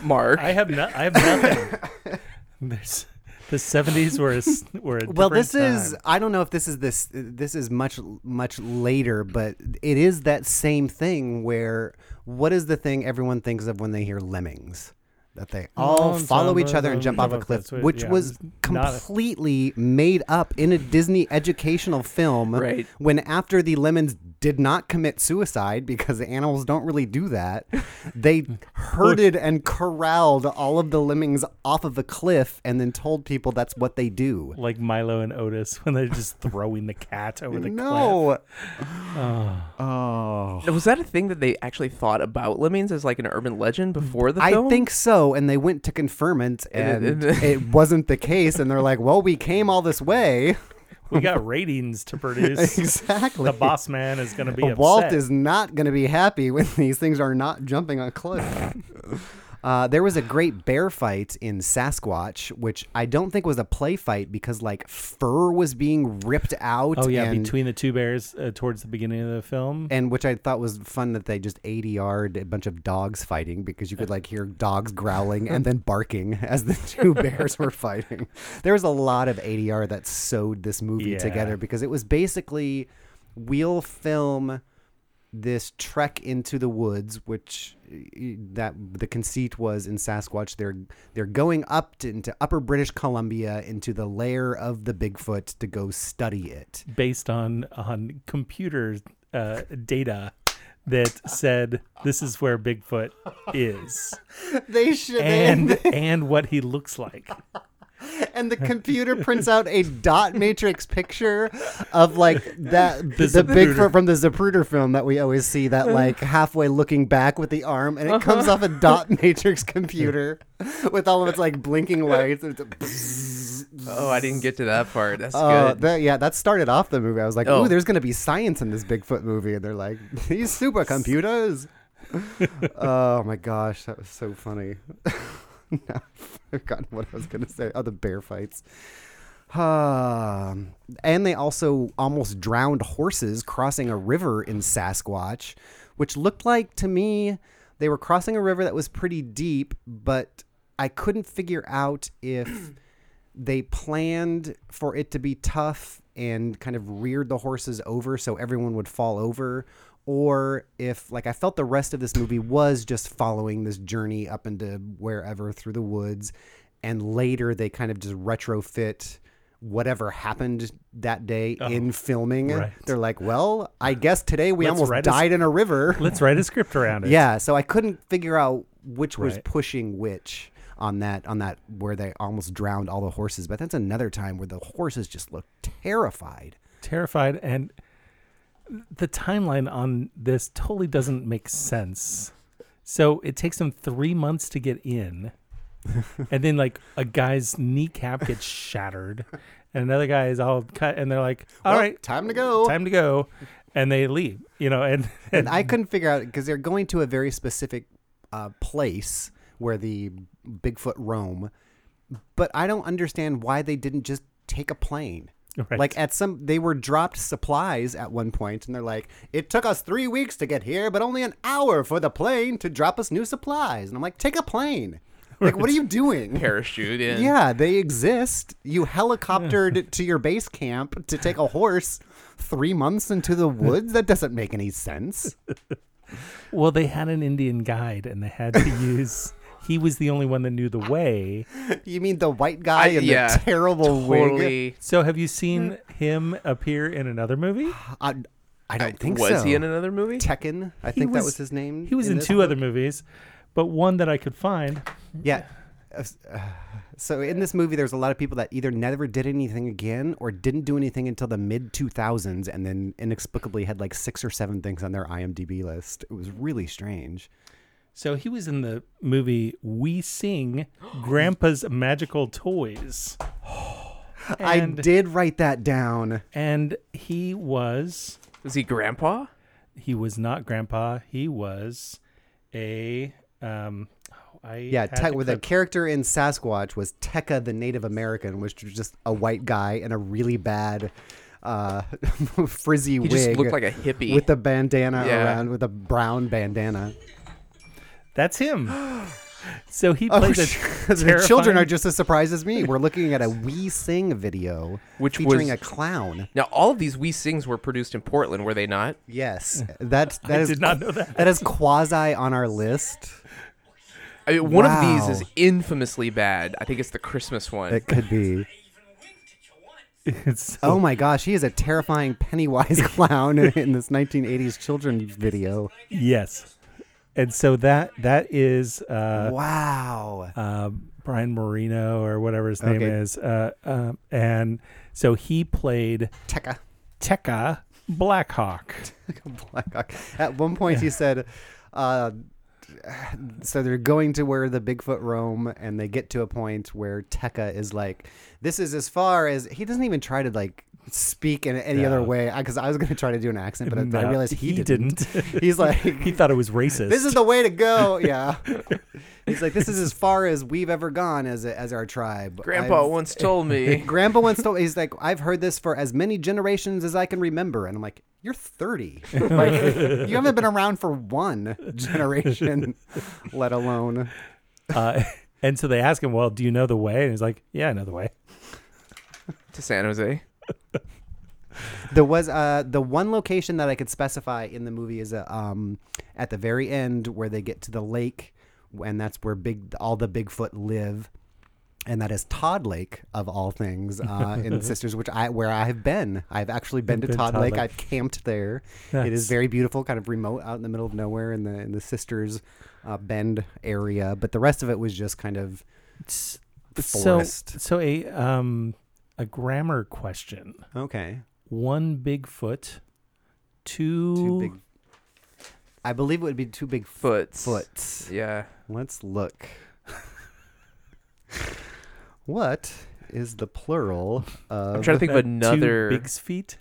[SPEAKER 5] Mark,
[SPEAKER 6] I have no, I have nothing. There's the '70s were a, s- were a
[SPEAKER 1] Well,
[SPEAKER 6] different
[SPEAKER 1] this is
[SPEAKER 6] time.
[SPEAKER 1] I don't know if this is this this is much much later, but it is that same thing where what is the thing everyone thinks of when they hear lemmings? That they all
[SPEAKER 6] Long
[SPEAKER 1] follow
[SPEAKER 6] time
[SPEAKER 1] each other and
[SPEAKER 6] ago,
[SPEAKER 1] jump off a
[SPEAKER 6] jump off
[SPEAKER 1] cliff,
[SPEAKER 6] this way,
[SPEAKER 1] which
[SPEAKER 6] yeah,
[SPEAKER 1] was
[SPEAKER 6] it's not a-
[SPEAKER 1] completely made up in a Disney educational film.
[SPEAKER 5] Right.
[SPEAKER 1] When after the lemons did not commit suicide because the animals don't really do that, they herded and corralled all of the lemmings off of a cliff and then told people that's what they do.
[SPEAKER 6] like Milo and Otis when they're just throwing the cat over the cliff.
[SPEAKER 1] No. Uh. Oh.
[SPEAKER 5] was that a thing that they actually thought about lemmings as like an urban legend before the film?
[SPEAKER 1] Mm, I think so. And they went to confirm it,
[SPEAKER 5] And
[SPEAKER 1] and
[SPEAKER 5] it- and-
[SPEAKER 1] it wasn't the case. And they're like, well, we came all this way.
[SPEAKER 6] We got ratings to produce.
[SPEAKER 1] Exactly.
[SPEAKER 6] The boss man is going to be upset.
[SPEAKER 1] Walt is not going to be happy when these things are not jumping on cliff. Uh, there was a great bear fight in Sasquatch, which I don't think was a play fight because like fur was being ripped out.
[SPEAKER 6] Oh yeah,
[SPEAKER 1] and,
[SPEAKER 6] between the two bears uh, towards the beginning of the film.
[SPEAKER 1] and which I thought was fun that they just 80 yard a bunch of dogs fighting because you could like hear dogs growling and then barking as the two bears were fighting. There was a lot of 80 yard that sewed this movie
[SPEAKER 6] Yeah.
[SPEAKER 1] together because it was basically we'll film this trek into the woods which eh, that the conceit was in Sasquatch they're they're going up to, into upper British Columbia into the lair of the Bigfoot to go study it.
[SPEAKER 6] based on on computer uh, data that said this is where Bigfoot is
[SPEAKER 1] They should
[SPEAKER 6] and and what he looks like.
[SPEAKER 1] and the computer prints out a dot matrix picture of like that the,
[SPEAKER 6] Zapruder.
[SPEAKER 1] Bigfoot from the Zapruder film that we always see that like halfway looking back with the arm and it comes off a dot matrix computer with all of its like blinking lights and it's a
[SPEAKER 5] Oh, I didn't get to that part. That's
[SPEAKER 1] Oh,
[SPEAKER 5] good.
[SPEAKER 1] that, yeah, that started off the movie. I was like, "Ooh,
[SPEAKER 5] Oh.
[SPEAKER 1] there's gonna be science in this Bigfoot movie," and they're like, "These supercomputers." oh my gosh, that was so funny. now I've forgotten what I was gonna say. Oh, the bear fights. Um, and they also almost drowned horses crossing a river in Sasquatch, which looked like to me they were crossing a river that was pretty deep, but I couldn't figure out if they planned for it to be tough and kind of reared the horses over so everyone would fall over or if like i felt the rest of this movie was just following this journey up into wherever through the woods and later they kind of just retrofit whatever happened that day in filming
[SPEAKER 6] Oh, right.
[SPEAKER 1] they're like well i guess today we
[SPEAKER 6] Let's
[SPEAKER 1] almost
[SPEAKER 6] write a s-
[SPEAKER 1] died in a river
[SPEAKER 6] Let's write a script around it.
[SPEAKER 1] yeah, so I couldn't figure out which was
[SPEAKER 6] Right.
[SPEAKER 1] pushing which on that on that where they almost drowned all the horses. But that's another time where the horses just looked terrified.
[SPEAKER 6] terrified and the timeline on this totally doesn't make sense. So it takes them 3 months to get in. and then like a guy's kneecap gets shattered and another guy is all cut and they're like, "All
[SPEAKER 1] Well,
[SPEAKER 6] right,
[SPEAKER 1] time to go.
[SPEAKER 6] time to go and they leave you know and,
[SPEAKER 1] and I couldn't figure out because they're going to a very specific uh, place where the Bigfoot roam, but I don't understand why they didn't just take a plane.
[SPEAKER 6] Right.
[SPEAKER 1] Like at some, they were dropped supplies at one point, and they're like, "It took us three weeks to get here, but only an hour for the plane to drop us new supplies." And I'm like, "Take a plane! Like, what are you doing?"
[SPEAKER 5] Parachute in.
[SPEAKER 1] Yeah, they exist. You helicoptered to your base camp to take a horse three months into the woods. That doesn't make any sense.
[SPEAKER 6] well they had an indian guide and they had to use he was the only one that knew the way
[SPEAKER 1] You mean the white guy
[SPEAKER 5] I-
[SPEAKER 1] in
[SPEAKER 5] yeah,
[SPEAKER 1] the terrible wig?
[SPEAKER 5] Totally.
[SPEAKER 6] so have you seen him appear in another movie
[SPEAKER 1] I, I don't think
[SPEAKER 5] was
[SPEAKER 1] so.
[SPEAKER 5] he in another movie?
[SPEAKER 1] Tekken? I think that was his name.
[SPEAKER 6] he was in,
[SPEAKER 1] this
[SPEAKER 6] two
[SPEAKER 1] one.
[SPEAKER 6] other movies but one that i could find
[SPEAKER 1] Yeah. Uh, s- uh, So in this movie, there's a lot of people that either never did anything again or didn't do anything until the mid 2000s, and then inexplicably had like six or seven things on their IMDb list. It was really strange.
[SPEAKER 6] so he was in the movie we sing grandpa's magical toys
[SPEAKER 1] I
[SPEAKER 6] And-
[SPEAKER 1] did write that down.
[SPEAKER 6] and he was
[SPEAKER 5] Was he grandpa?
[SPEAKER 6] he was not grandpa he was a um oh, I
[SPEAKER 1] Yeah,
[SPEAKER 6] had
[SPEAKER 1] Te-
[SPEAKER 6] the
[SPEAKER 1] where the
[SPEAKER 6] clip.
[SPEAKER 1] character in Sasquatch was Tekka the Native American, which was just a white guy in a really bad uh, frizzy
[SPEAKER 5] He
[SPEAKER 1] wig.
[SPEAKER 5] just looked like a hippie.
[SPEAKER 1] with the bandana
[SPEAKER 5] Yeah.
[SPEAKER 1] around, with a brown bandana.
[SPEAKER 6] That's him. So he
[SPEAKER 1] Oh,
[SPEAKER 6] plays a
[SPEAKER 1] the children are
[SPEAKER 6] terrifying-
[SPEAKER 1] just as surprised as me. We're looking at a We Sing video,
[SPEAKER 5] Which
[SPEAKER 1] featuring
[SPEAKER 5] was-
[SPEAKER 1] a clown.
[SPEAKER 5] now all of these We Sings were produced in Portland, were they not?
[SPEAKER 1] Yes, that's that
[SPEAKER 6] I
[SPEAKER 1] is
[SPEAKER 6] did not know that.
[SPEAKER 1] that is quasi on our list.
[SPEAKER 5] I mean, one of
[SPEAKER 1] Wow.
[SPEAKER 5] these is infamously bad. I think it's the Christmas one.
[SPEAKER 1] It could be.
[SPEAKER 6] It's so-
[SPEAKER 1] Oh my gosh, he is a terrifying Pennywise clown in this 1980s children video.
[SPEAKER 6] yes. And so that that is uh,
[SPEAKER 1] Wow.
[SPEAKER 6] uh, Brian Marino or whatever his name
[SPEAKER 1] Okay.
[SPEAKER 6] is, uh, um, and so he played
[SPEAKER 1] Tekka.
[SPEAKER 6] Tekka Blackhawk.
[SPEAKER 1] Blackhawk. At one point, he said, uh, so they're going to where the Bigfoot roam, and they get to a point where Tekka is like, "This is as far as." He doesn't even try to like speak in any other
[SPEAKER 6] No.
[SPEAKER 1] way because I was going to try to do an accent, but I- I
[SPEAKER 6] No,
[SPEAKER 1] realized he, didn't.
[SPEAKER 6] Mm, uh, didn't.
[SPEAKER 1] He's like,
[SPEAKER 6] he thought it was racist.
[SPEAKER 1] "This is the way to go." Yeah, he's like, "This is as far as we've ever gone as a, as our tribe."
[SPEAKER 5] Grandpa
[SPEAKER 1] I've-
[SPEAKER 5] once told me.
[SPEAKER 1] Grandpa once told he's like, I've heard this for as many generations as I can remember. And I'm like, You're 30. like, you haven't been around for one generation, let alone.
[SPEAKER 6] uh, and so they ask him, "Well, do you know the way?" And he's like, "Yeah, I know the way."
[SPEAKER 5] to San Jose.
[SPEAKER 1] There was uh the one location that I could specify in the movie is a, um at the very end where they get to the lake and that's where big all the Bigfoot live. And that is Todd Lake of all things uh, in Sisters, which I where I have been. I've actually been to
[SPEAKER 6] been to
[SPEAKER 1] Todd,
[SPEAKER 6] Todd
[SPEAKER 1] Lake.
[SPEAKER 6] Lake.
[SPEAKER 1] I've camped there. It is
[SPEAKER 6] Nice.
[SPEAKER 1] very beautiful, kind of remote, out in the middle of nowhere in the in the Sisters uh, Bend area. But the rest of it was just kind of
[SPEAKER 6] S- So,
[SPEAKER 1] Forest.
[SPEAKER 6] so a um a grammar question:
[SPEAKER 1] okay.
[SPEAKER 6] one Bigfoot, two,
[SPEAKER 1] Too big. I believe it would be too big foot.
[SPEAKER 5] Foots.
[SPEAKER 1] Foots.
[SPEAKER 5] Yeah.
[SPEAKER 1] Let's look. what is the plural of?
[SPEAKER 5] I'm trying to think of
[SPEAKER 6] that two
[SPEAKER 5] another.
[SPEAKER 6] Big's feet.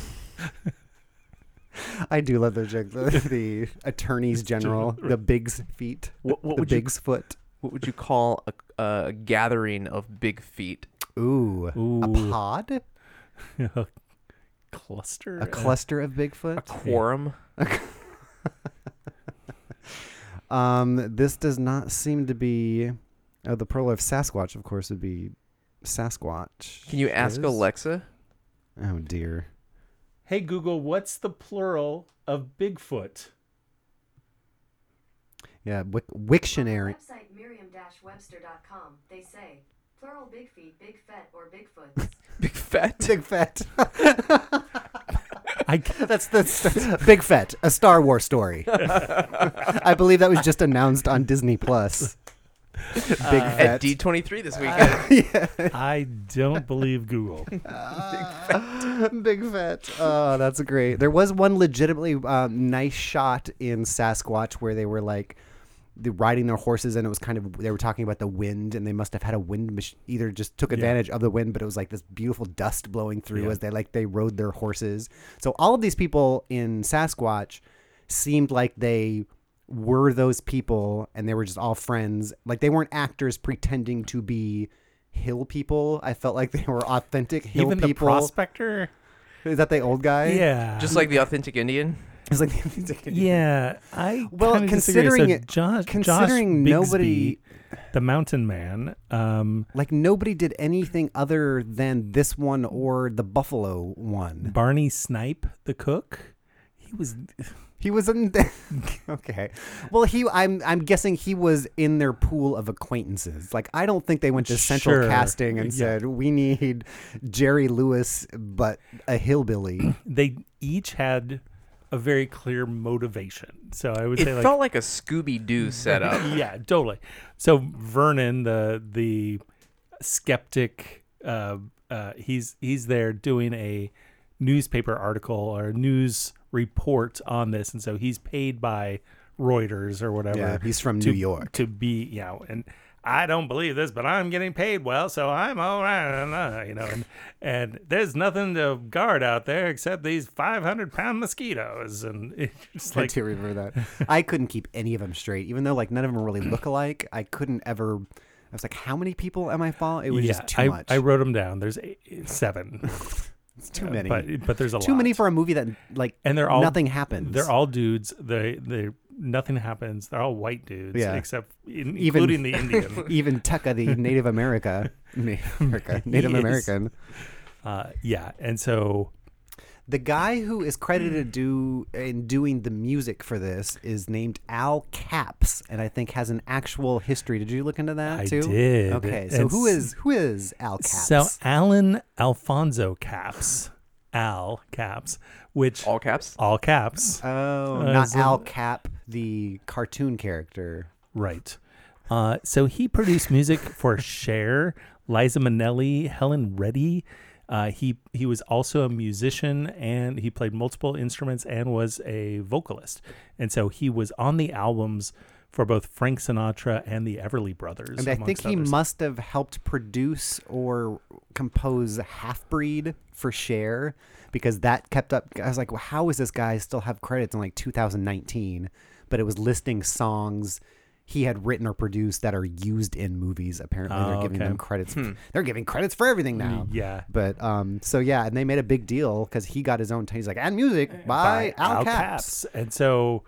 [SPEAKER 1] I do love the joke. The, the attorneys general, the big's feet,
[SPEAKER 5] What, what
[SPEAKER 1] the
[SPEAKER 5] would you
[SPEAKER 1] big's foot.
[SPEAKER 5] What would you call a, a gathering of big feet?
[SPEAKER 1] Ooh, a
[SPEAKER 6] Ooh.
[SPEAKER 1] pod,
[SPEAKER 6] cluster.
[SPEAKER 1] a
[SPEAKER 6] Uh,
[SPEAKER 1] cluster of Bigfoot.
[SPEAKER 5] A quorum?
[SPEAKER 1] Um, this does not seem to be. Oh, the plural of Sasquatch, of course, would be Sasquatch.
[SPEAKER 5] Can you ask
[SPEAKER 1] is-
[SPEAKER 5] Alexa?
[SPEAKER 1] Oh dear.
[SPEAKER 6] Hey Google, what's the plural of Bigfoot?
[SPEAKER 1] Yeah, Wic- Wiktionary.
[SPEAKER 7] Website Merriam-Webster.com. They say plural big feet, big fet, or bigfoots.
[SPEAKER 5] Big fat.
[SPEAKER 1] Big fat.
[SPEAKER 6] I c-
[SPEAKER 1] That's the Big Fat, a Star Wars story. I believe that was just announced on Disney Plus. Big
[SPEAKER 5] At
[SPEAKER 1] Fat.
[SPEAKER 5] D23 this weekend.
[SPEAKER 6] I don't believe Google.
[SPEAKER 1] Big Fat. Oh, that's great. There was one legitimately um, nice shot in Sasquatch where they were like the, riding their horses and it was kind of they were talking about the wind and they must have had a wind mach- either just took advantage of the wind but it was like this beautiful dust blowing through
[SPEAKER 6] Yeah.
[SPEAKER 1] as they like they rode their horses so all of these people in sasquatch seemed like they were those people and they were just all friends like they weren't actors pretending to be hill people i felt like they were authentic hill
[SPEAKER 6] Even the
[SPEAKER 1] people
[SPEAKER 6] prospector.
[SPEAKER 1] is that the old guy
[SPEAKER 6] Yeah.
[SPEAKER 5] uh, Just like the authentic Indian.
[SPEAKER 1] it's like the
[SPEAKER 6] Yeah, I
[SPEAKER 1] Well,
[SPEAKER 6] kinda disagree.
[SPEAKER 1] considering
[SPEAKER 6] so
[SPEAKER 1] it-
[SPEAKER 6] Josh,
[SPEAKER 1] considering
[SPEAKER 6] Josh
[SPEAKER 1] nobody-
[SPEAKER 6] Bigsby, the Mountain Man, um,
[SPEAKER 1] Like nobody did anything other than this one or the Buffalo one.
[SPEAKER 6] Barney Snipe, the cook, he was
[SPEAKER 1] He was in. okay. Well, he. I'm. I'm guessing he was in their pool of acquaintances. Like I don't think they went to central
[SPEAKER 6] Sure.
[SPEAKER 1] casting and
[SPEAKER 6] Yeah.
[SPEAKER 1] said we need Jerry Lewis, but a hillbilly.
[SPEAKER 6] they each had a very clear motivation. So I would
[SPEAKER 5] It
[SPEAKER 6] say like
[SPEAKER 5] felt like a Scooby Doo setup.
[SPEAKER 6] yeah, totally. So Vernon, the the skeptic, uh, uh, he's he's there doing a newspaper article or news report on this, and so he's paid by Reuters or whatever.
[SPEAKER 1] Yeah, he's from
[SPEAKER 6] to-
[SPEAKER 1] New York.
[SPEAKER 6] to be, you know, and. I don't believe this, but I'm getting paid well, so I'm all right, you know. And, and there's nothing to guard out there except these 500 pound mosquitoes, and it's just
[SPEAKER 1] I
[SPEAKER 6] like
[SPEAKER 1] do remember that. I couldn't keep any of them straight, even though like none of them really look alike. I couldn't ever. I was like, how many people am I following? It was just too
[SPEAKER 6] I,
[SPEAKER 1] much.
[SPEAKER 6] I wrote them down. There's eight, seven, Uh,
[SPEAKER 1] it's too many.
[SPEAKER 6] but but there's a lot.
[SPEAKER 1] too many for a movie that like
[SPEAKER 6] and they're all
[SPEAKER 1] nothing happens.
[SPEAKER 6] They're all dudes. They they nothing happens. They're all white dudes,
[SPEAKER 1] Yeah.
[SPEAKER 6] except in,
[SPEAKER 1] Even-
[SPEAKER 6] including the Indian.
[SPEAKER 1] even Tekka, the Native America, Native, America, Native
[SPEAKER 6] Yes.
[SPEAKER 1] American,
[SPEAKER 6] uh, yeah, and so
[SPEAKER 1] the guy who is credited do in doing the music for this is named Al Caps, and I think has an actual history. Did you look into that
[SPEAKER 6] I
[SPEAKER 1] too?
[SPEAKER 6] did,
[SPEAKER 1] Okay, so
[SPEAKER 6] and
[SPEAKER 1] who
[SPEAKER 6] s-
[SPEAKER 1] is who is Al Caps?
[SPEAKER 6] so Alan Alfonso Caps, Al Caps, which
[SPEAKER 5] All caps.
[SPEAKER 6] all caps,
[SPEAKER 1] oh,
[SPEAKER 6] Uh,
[SPEAKER 1] not
[SPEAKER 6] so-
[SPEAKER 1] Al Cap, the cartoon character.
[SPEAKER 6] right? Uh, so he produced music for Cher, Liza Minnelli, Helen Reddy. Uh, he he was also a musician and he played multiple instruments and was a vocalist, and so he was on the albums for both Frank Sinatra and the Everly Brothers.
[SPEAKER 1] And I think
[SPEAKER 6] amongst
[SPEAKER 1] he
[SPEAKER 6] others.
[SPEAKER 1] must have helped produce or compose Half Breed for Cher because that kept up. I was like, well, how is this guy still have credits in like 2019? But it was listing songs he had written or produced that are used in movies. Apparently, they're
[SPEAKER 6] Oh,
[SPEAKER 1] giving
[SPEAKER 6] okay.
[SPEAKER 1] them credits. They're giving credits for everything now.
[SPEAKER 6] Yeah.
[SPEAKER 1] But um, so yeah, and they made a big deal because he got his own. T- he's like, and music
[SPEAKER 6] Eh,
[SPEAKER 1] by, Al, Caps.
[SPEAKER 6] And so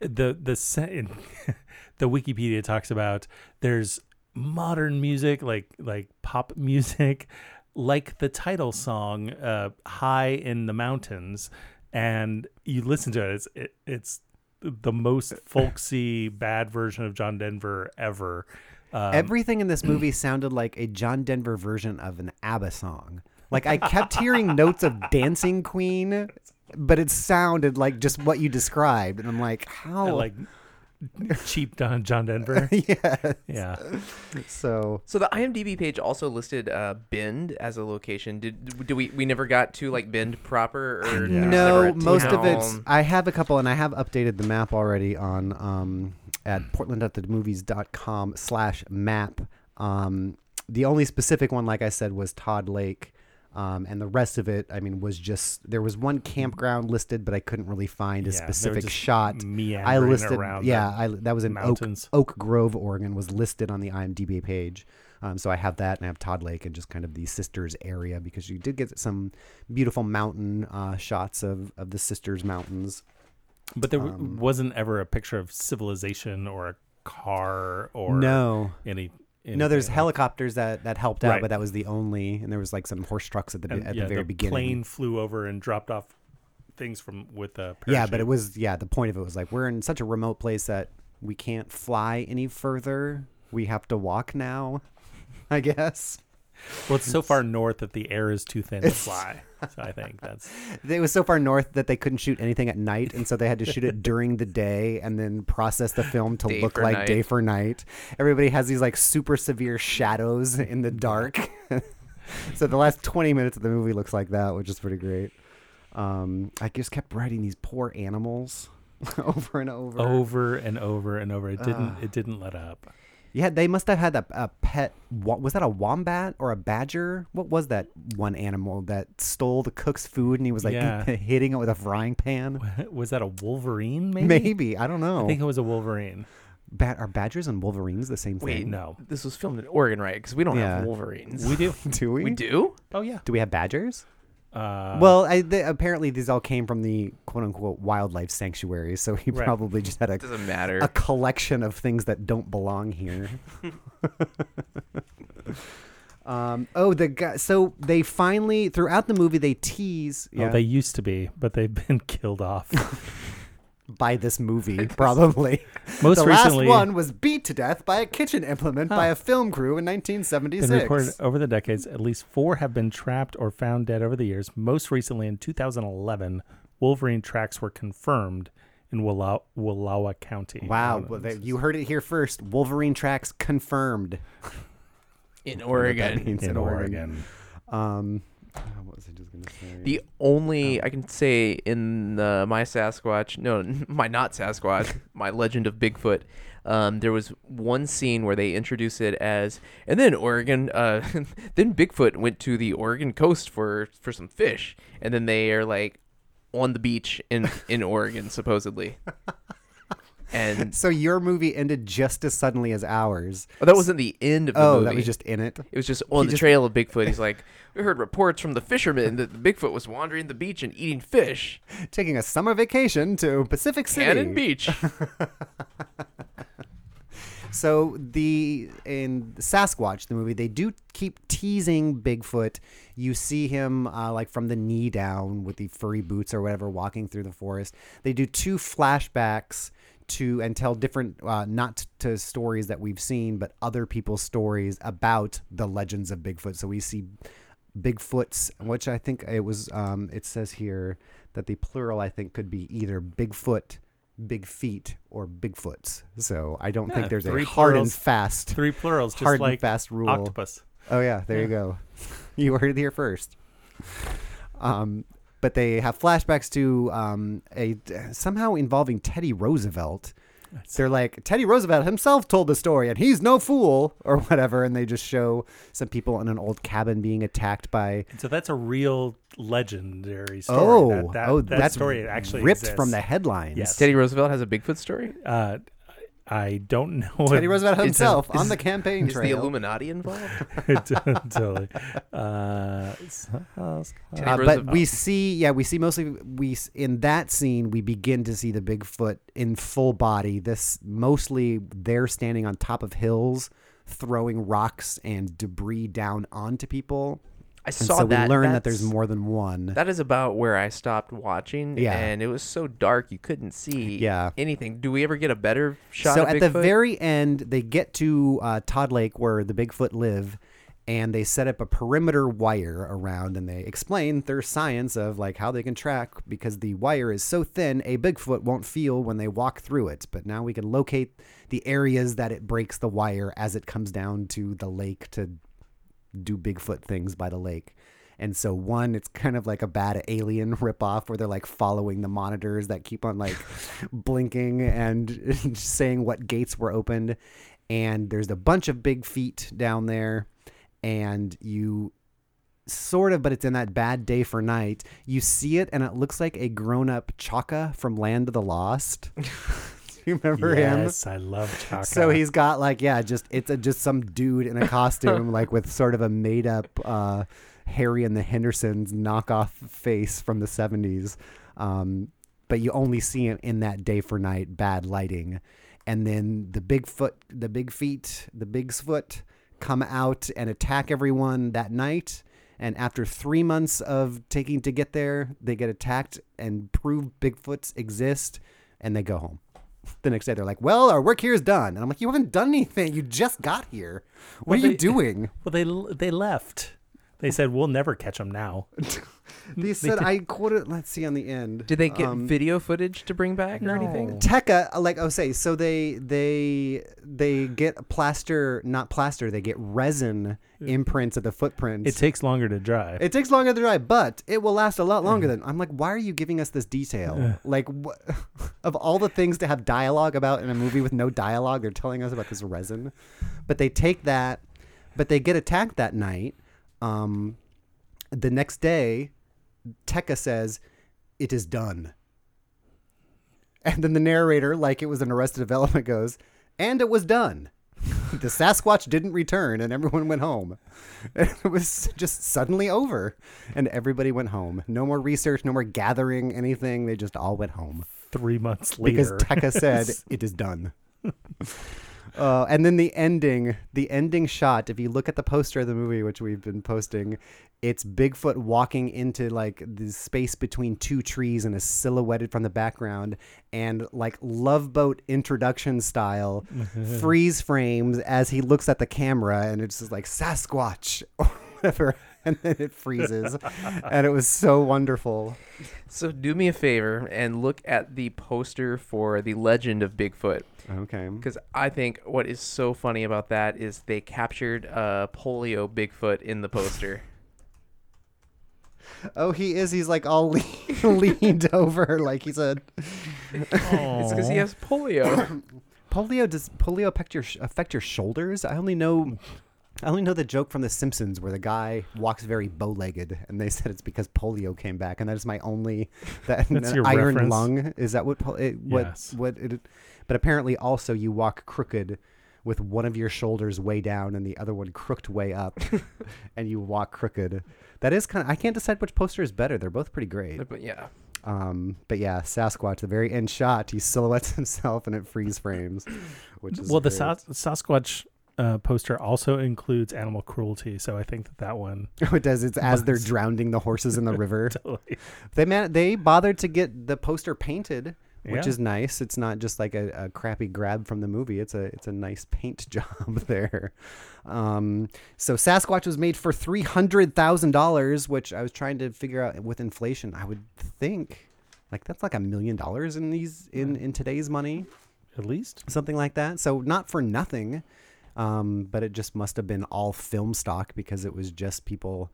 [SPEAKER 6] the the se- the Wikipedia talks about there's modern music like like pop music like the title song uh, High in the Mountains and you listen to it it's it, it's the most folksy bad version of John Denver ever. Um,
[SPEAKER 1] Everything in this movie sounded like a John Denver version of an ABBA song. Like I kept hearing notes of Dancing Queen, but it sounded like just what you described, and I'm like, how?
[SPEAKER 6] and, like cheap Don John Denver.
[SPEAKER 1] yeah.
[SPEAKER 6] yeah.
[SPEAKER 1] So
[SPEAKER 5] So the IMDb page also listed uh, Bend as a location. Did do we we never got to like Bend proper? Or there was never
[SPEAKER 1] no,
[SPEAKER 5] a
[SPEAKER 1] most of it's.
[SPEAKER 5] town?
[SPEAKER 1] I have a couple, and I have updated the map already on um, at portlandatthemovies.com slash map. Um, the only specific one, like I said, was Todd Lake. Um, and the rest of it, I mean, was just there was one campground listed, but I couldn't really find a
[SPEAKER 6] Yeah, they were
[SPEAKER 1] specific
[SPEAKER 6] just
[SPEAKER 1] shot. I
[SPEAKER 6] meandering
[SPEAKER 1] listed,
[SPEAKER 6] around
[SPEAKER 1] yeah,
[SPEAKER 6] the
[SPEAKER 1] I, that was in Oak,
[SPEAKER 6] mountains.
[SPEAKER 1] Oak Grove, Oregon, was listed on the IMDb page. Um, so I have that, and I have Todd Lake and just kind of the sisters area because you did get some beautiful mountain uh, shots of of the sisters mountains.
[SPEAKER 6] But there w
[SPEAKER 1] Um,
[SPEAKER 6] wasn't ever a picture of civilization or a car or
[SPEAKER 1] No.
[SPEAKER 6] any.
[SPEAKER 1] No, there's
[SPEAKER 6] anything.
[SPEAKER 1] helicopters that that helped out,
[SPEAKER 6] Right.
[SPEAKER 1] but that was the only, and there was like some horse trucks at the be-
[SPEAKER 6] And,
[SPEAKER 1] at
[SPEAKER 6] yeah,
[SPEAKER 1] the very beginning.
[SPEAKER 6] Plane flew over and dropped off things from with a. Parachute.
[SPEAKER 1] Yeah, but it was yeah. The point of it was like we're in such a remote place that we can't fly any further. We have to walk now, I guess.
[SPEAKER 6] well, it's so far north that the air is too thin to fly. So I think that's
[SPEAKER 1] It was so far north that they couldn't shoot anything at night, and so they had to shoot it during the day and then process the film to
[SPEAKER 5] Day
[SPEAKER 1] look
[SPEAKER 5] for
[SPEAKER 1] like
[SPEAKER 5] night.
[SPEAKER 1] day for night. Everybody has these like super severe shadows in the dark. so the last 20 minutes of the movie looks like that, which is pretty great. Um, I just kept writing these poor animals over and over.
[SPEAKER 5] Oh.
[SPEAKER 6] over and over and over. It didn't. it didn't let up.
[SPEAKER 1] Yeah, they must have had a, a pet. wa- Was that a wombat or a badger? What was that one animal that stole the cook's food and he was like
[SPEAKER 6] Yeah.
[SPEAKER 1] hitting it with a frying pan?
[SPEAKER 6] Was that a Wolverine? Maybe.
[SPEAKER 1] Maybe I don't know.
[SPEAKER 6] I think it was a Wolverine.
[SPEAKER 1] Ba- are badgers and wolverines the same
[SPEAKER 5] Wait,
[SPEAKER 1] thing?
[SPEAKER 6] No.
[SPEAKER 5] This was filmed in Oregon, right? Because we don't
[SPEAKER 1] Yeah.
[SPEAKER 5] have Wolverines.
[SPEAKER 6] We do.
[SPEAKER 1] do we?
[SPEAKER 5] We do.
[SPEAKER 6] Oh yeah.
[SPEAKER 1] Do we have badgers?
[SPEAKER 6] Uh,
[SPEAKER 1] well, I, they, apparently these all came from the quote unquote wildlife sanctuary, so he
[SPEAKER 6] Right.
[SPEAKER 1] probably just had a,
[SPEAKER 5] Doesn't matter.
[SPEAKER 1] a collection of things that don't belong here. um, oh, the guy. So they finally, throughout the movie, they tease
[SPEAKER 6] oh,
[SPEAKER 1] yeah,
[SPEAKER 6] they used to be, but they've been killed off.
[SPEAKER 1] by this movie, probably.
[SPEAKER 6] Most
[SPEAKER 1] the
[SPEAKER 6] recently-
[SPEAKER 1] last one was beat to death by a kitchen implement by a film crew in
[SPEAKER 6] been
[SPEAKER 1] 1976.
[SPEAKER 6] reported over the decades. At least four have been trapped or found dead over the years. Most recently, in 2011, Wolverine tracks were confirmed in Walla- Wallawa County.
[SPEAKER 1] Wow,
[SPEAKER 6] Hold on,
[SPEAKER 1] well,
[SPEAKER 6] this
[SPEAKER 1] they,
[SPEAKER 6] is-
[SPEAKER 1] you heard it here first. Wolverine tracks confirmed.
[SPEAKER 5] in
[SPEAKER 1] That
[SPEAKER 5] Oregon,
[SPEAKER 1] means
[SPEAKER 6] in, Oregon.
[SPEAKER 1] Um, oh, what was I just gonna say?
[SPEAKER 5] the only I can say in the, my Sasquatch, no, my not Sasquatch, my Legend of Bigfoot, um, there was one scene where they introduced it as, and then Oregon, uh, then Bigfoot went to the Oregon coast for for some fish, and then they are like on the beach in in Oregon supposedly, and
[SPEAKER 1] so your movie ended just as suddenly as ours.
[SPEAKER 5] oh, that wasn't the end of the
[SPEAKER 1] Oh,
[SPEAKER 5] movie.
[SPEAKER 1] that was just in it.
[SPEAKER 5] It was just on the trail of Bigfoot. He's like, we heard reports from the fishermen that the Bigfoot was wandering the beach and eating fish.
[SPEAKER 1] Taking a summer vacation to Pacific City.
[SPEAKER 5] Cannon Beach.
[SPEAKER 1] So the in Sasquatch, the movie, they do keep teasing Bigfoot. You see him uh, like from the knee down with the furry boots or whatever, walking through the forest. They do two flashbacks to and tell different, uh, not to stories that we've seen, but other people's stories about the legends of Bigfoot. So we see Bigfoots, which I think it was. Um, it says here that the plural I think could be either Bigfoot, Big Feet, or Bigfoots. So I don't
[SPEAKER 6] Yeah,
[SPEAKER 1] think there's a
[SPEAKER 6] three
[SPEAKER 1] hard and
[SPEAKER 6] plurals-
[SPEAKER 1] fast.
[SPEAKER 6] Three plurals, just
[SPEAKER 1] hard
[SPEAKER 6] like
[SPEAKER 1] and fast rule.
[SPEAKER 6] octopus.
[SPEAKER 1] Oh yeah, there you go. you heard it here first. Um, but they have flashbacks to um, a somehow involving Teddy Roosevelt. They're like Teddy Roosevelt himself told the story, and he's no fool or whatever. And they just show some people in an old cabin being attacked by
[SPEAKER 6] So that's a real legendary story.
[SPEAKER 1] oh
[SPEAKER 6] that, that,
[SPEAKER 1] oh
[SPEAKER 6] that
[SPEAKER 1] that's
[SPEAKER 6] story actually
[SPEAKER 1] ripped
[SPEAKER 6] exists.
[SPEAKER 1] from the headlines.
[SPEAKER 6] Yes.
[SPEAKER 5] Teddy Roosevelt has a Bigfoot story.
[SPEAKER 6] Uh, I don't know.
[SPEAKER 1] Teddy
[SPEAKER 6] if-
[SPEAKER 1] Roosevelt
[SPEAKER 5] a-
[SPEAKER 1] himself
[SPEAKER 5] is-
[SPEAKER 1] on the campaign
[SPEAKER 5] Is the
[SPEAKER 1] trail.
[SPEAKER 5] Illuminati involved?
[SPEAKER 6] totally. Uh, Sasquatch.
[SPEAKER 5] Teddy
[SPEAKER 1] Uh, but
[SPEAKER 5] Roosevelt.
[SPEAKER 1] we see, yeah, we see mostly we s- in that scene we begin to see the Bigfoot in full body. This mostly they're standing on top of hills, throwing rocks and debris down onto people.
[SPEAKER 5] I
[SPEAKER 1] And
[SPEAKER 5] saw
[SPEAKER 1] so
[SPEAKER 5] that.
[SPEAKER 1] we learn that there's
[SPEAKER 5] That's-
[SPEAKER 1] more than one.
[SPEAKER 5] That is about where I stopped watching.
[SPEAKER 1] Yeah.
[SPEAKER 5] And it was so dark you couldn't see
[SPEAKER 1] Yeah.
[SPEAKER 5] anything. Do we ever get a better shot
[SPEAKER 1] so
[SPEAKER 5] of
[SPEAKER 1] at the
[SPEAKER 5] Bigfoot?
[SPEAKER 1] very end, they get to uh, Todd Lake where the Bigfoot live, and they set up a perimeter wire around, and they explain their science of like how they can track because the wire is so thin, a Bigfoot won't feel when they walk through it. But now we can locate the areas that it breaks the wire as it comes down to the lake to do Bigfoot things by the lake. And so one, it's kind of like a bad alien ripoff where they're like following the monitors that keep on like blinking and saying what gates were opened. And there's a bunch of big feet down there. And you sort of, but it's in that bad day for night. You see it and it looks like a grown up Chaka from Land of the Lost. do you remember him?
[SPEAKER 6] Yes, I love Chaka.
[SPEAKER 1] So he's got like yeah, just it's a, just some dude in a costume like with sort of a made up uh, Harry and the Hendersons knockoff face from the seventies, um, but you only see him in that day for night bad lighting, and then the big foot, the big feet, the big's foot come out and attack everyone that night. And after three months of taking to get there, they get attacked and prove Bigfoots exist, and they go home the next day they're like, "Well, our work here is done," and I'm like, "You haven't done anything. You just got here. What are
[SPEAKER 6] they-
[SPEAKER 1] you doing?"
[SPEAKER 6] Well, they l- they left. They said we'll never catch him now.
[SPEAKER 1] They said, "I quoted." Let's see on the end. Uh,
[SPEAKER 5] Did they get
[SPEAKER 1] um,
[SPEAKER 5] video footage to bring back or anything?
[SPEAKER 1] Tekka, like I was saying, so they they they get plaster, not plaster. They get resin imprints of the footprints.
[SPEAKER 6] It takes longer to dry.
[SPEAKER 1] It takes longer to dry, but it will last a lot longer than. I'm like, why are you giving us this detail? Like, what, of all the things to have dialogue about in a movie with no dialogue, they're telling us about this resin. But they take that, but they get attacked that night. Um, the next day, Tekka says, "It is done." And then the narrator, like it was an Arrested Development, goes, "And it was done." the Sasquatch didn't return, and everyone went home. it was just suddenly over, and everybody went home. No more research, no more gathering, anything. They just all went home
[SPEAKER 6] Three months later,
[SPEAKER 1] because Tekka said it is done. Uh, and then the ending, the ending shot. If you look at the poster of the movie, which we've been posting, it's Bigfoot walking into like the space between two trees and is silhouetted from the background, and like Love Boat introduction style freeze frames as he looks at the camera, and it's just like Sasquatch or whatever, and then it freezes, and it was so wonderful.
[SPEAKER 5] So do me a favor and look at the poster for the Legend of Bigfoot.
[SPEAKER 1] Okay.
[SPEAKER 5] Because I think what is so funny about that is they captured uh, polio Bigfoot in the poster.
[SPEAKER 1] Oh, he is. He's like all le- leaned over, like he's a
[SPEAKER 5] it's because he has polio.
[SPEAKER 1] polio. Does polio affect your sh- affect your shoulders? I only know, I only know the joke from The Simpsons where the guy walks very bow legged, and they said it's because polio came back, and that is my only that and
[SPEAKER 6] That's
[SPEAKER 1] an
[SPEAKER 6] your
[SPEAKER 1] iron
[SPEAKER 6] reference?
[SPEAKER 1] lung. Is that what pol- it, what
[SPEAKER 6] Yes.
[SPEAKER 1] what it? But apparently, also you walk crooked. With one of your shoulders way down and the other one crooked way up, and you walk crooked. That is kind of. I can't decide which poster is better. They're both pretty great.
[SPEAKER 5] but yeah.
[SPEAKER 1] Um, but yeah, Sasquatch, the very end shot, he silhouettes himself and it freeze frames, which is
[SPEAKER 6] well, the
[SPEAKER 1] great.
[SPEAKER 6] Sas- Sasquatch uh, poster also includes animal cruelty. So I think that that one.
[SPEAKER 1] it does. It's as they're drowning the horses in the river. They man, they bothered to get the poster painted, which
[SPEAKER 6] Yeah.
[SPEAKER 1] is nice. It's not just like a, a crappy grab from the movie. It's a it's a nice paint job there. Um, so Sasquatch was made for three hundred thousand dollars, which I was trying to figure out with inflation. I would think like that's like a million dollars in these in in today's money.
[SPEAKER 6] At least
[SPEAKER 1] something like that. So not for nothing, um, but it just must have been all film stock because it was just people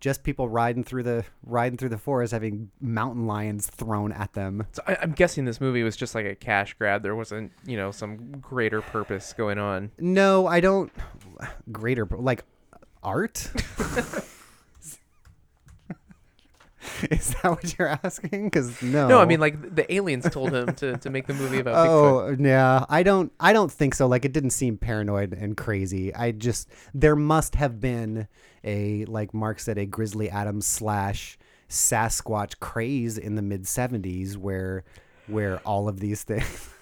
[SPEAKER 1] just people riding through the riding through the forest, having mountain lions thrown at them.
[SPEAKER 5] So I, I'm guessing this movie was just like a cash grab. There wasn't, you know, some greater purpose going on.
[SPEAKER 1] No, I don't. Greater like art. Is that what you're asking? Because no,
[SPEAKER 5] No, I mean like the aliens told him to, to make the movie about Bigfoot.
[SPEAKER 1] Oh yeah, I don't. I don't think so. Like it didn't seem paranoid and crazy. I just there must have been a like Mark said a Grizzly Adams slash Sasquatch craze in the mid '70s where where all of these things.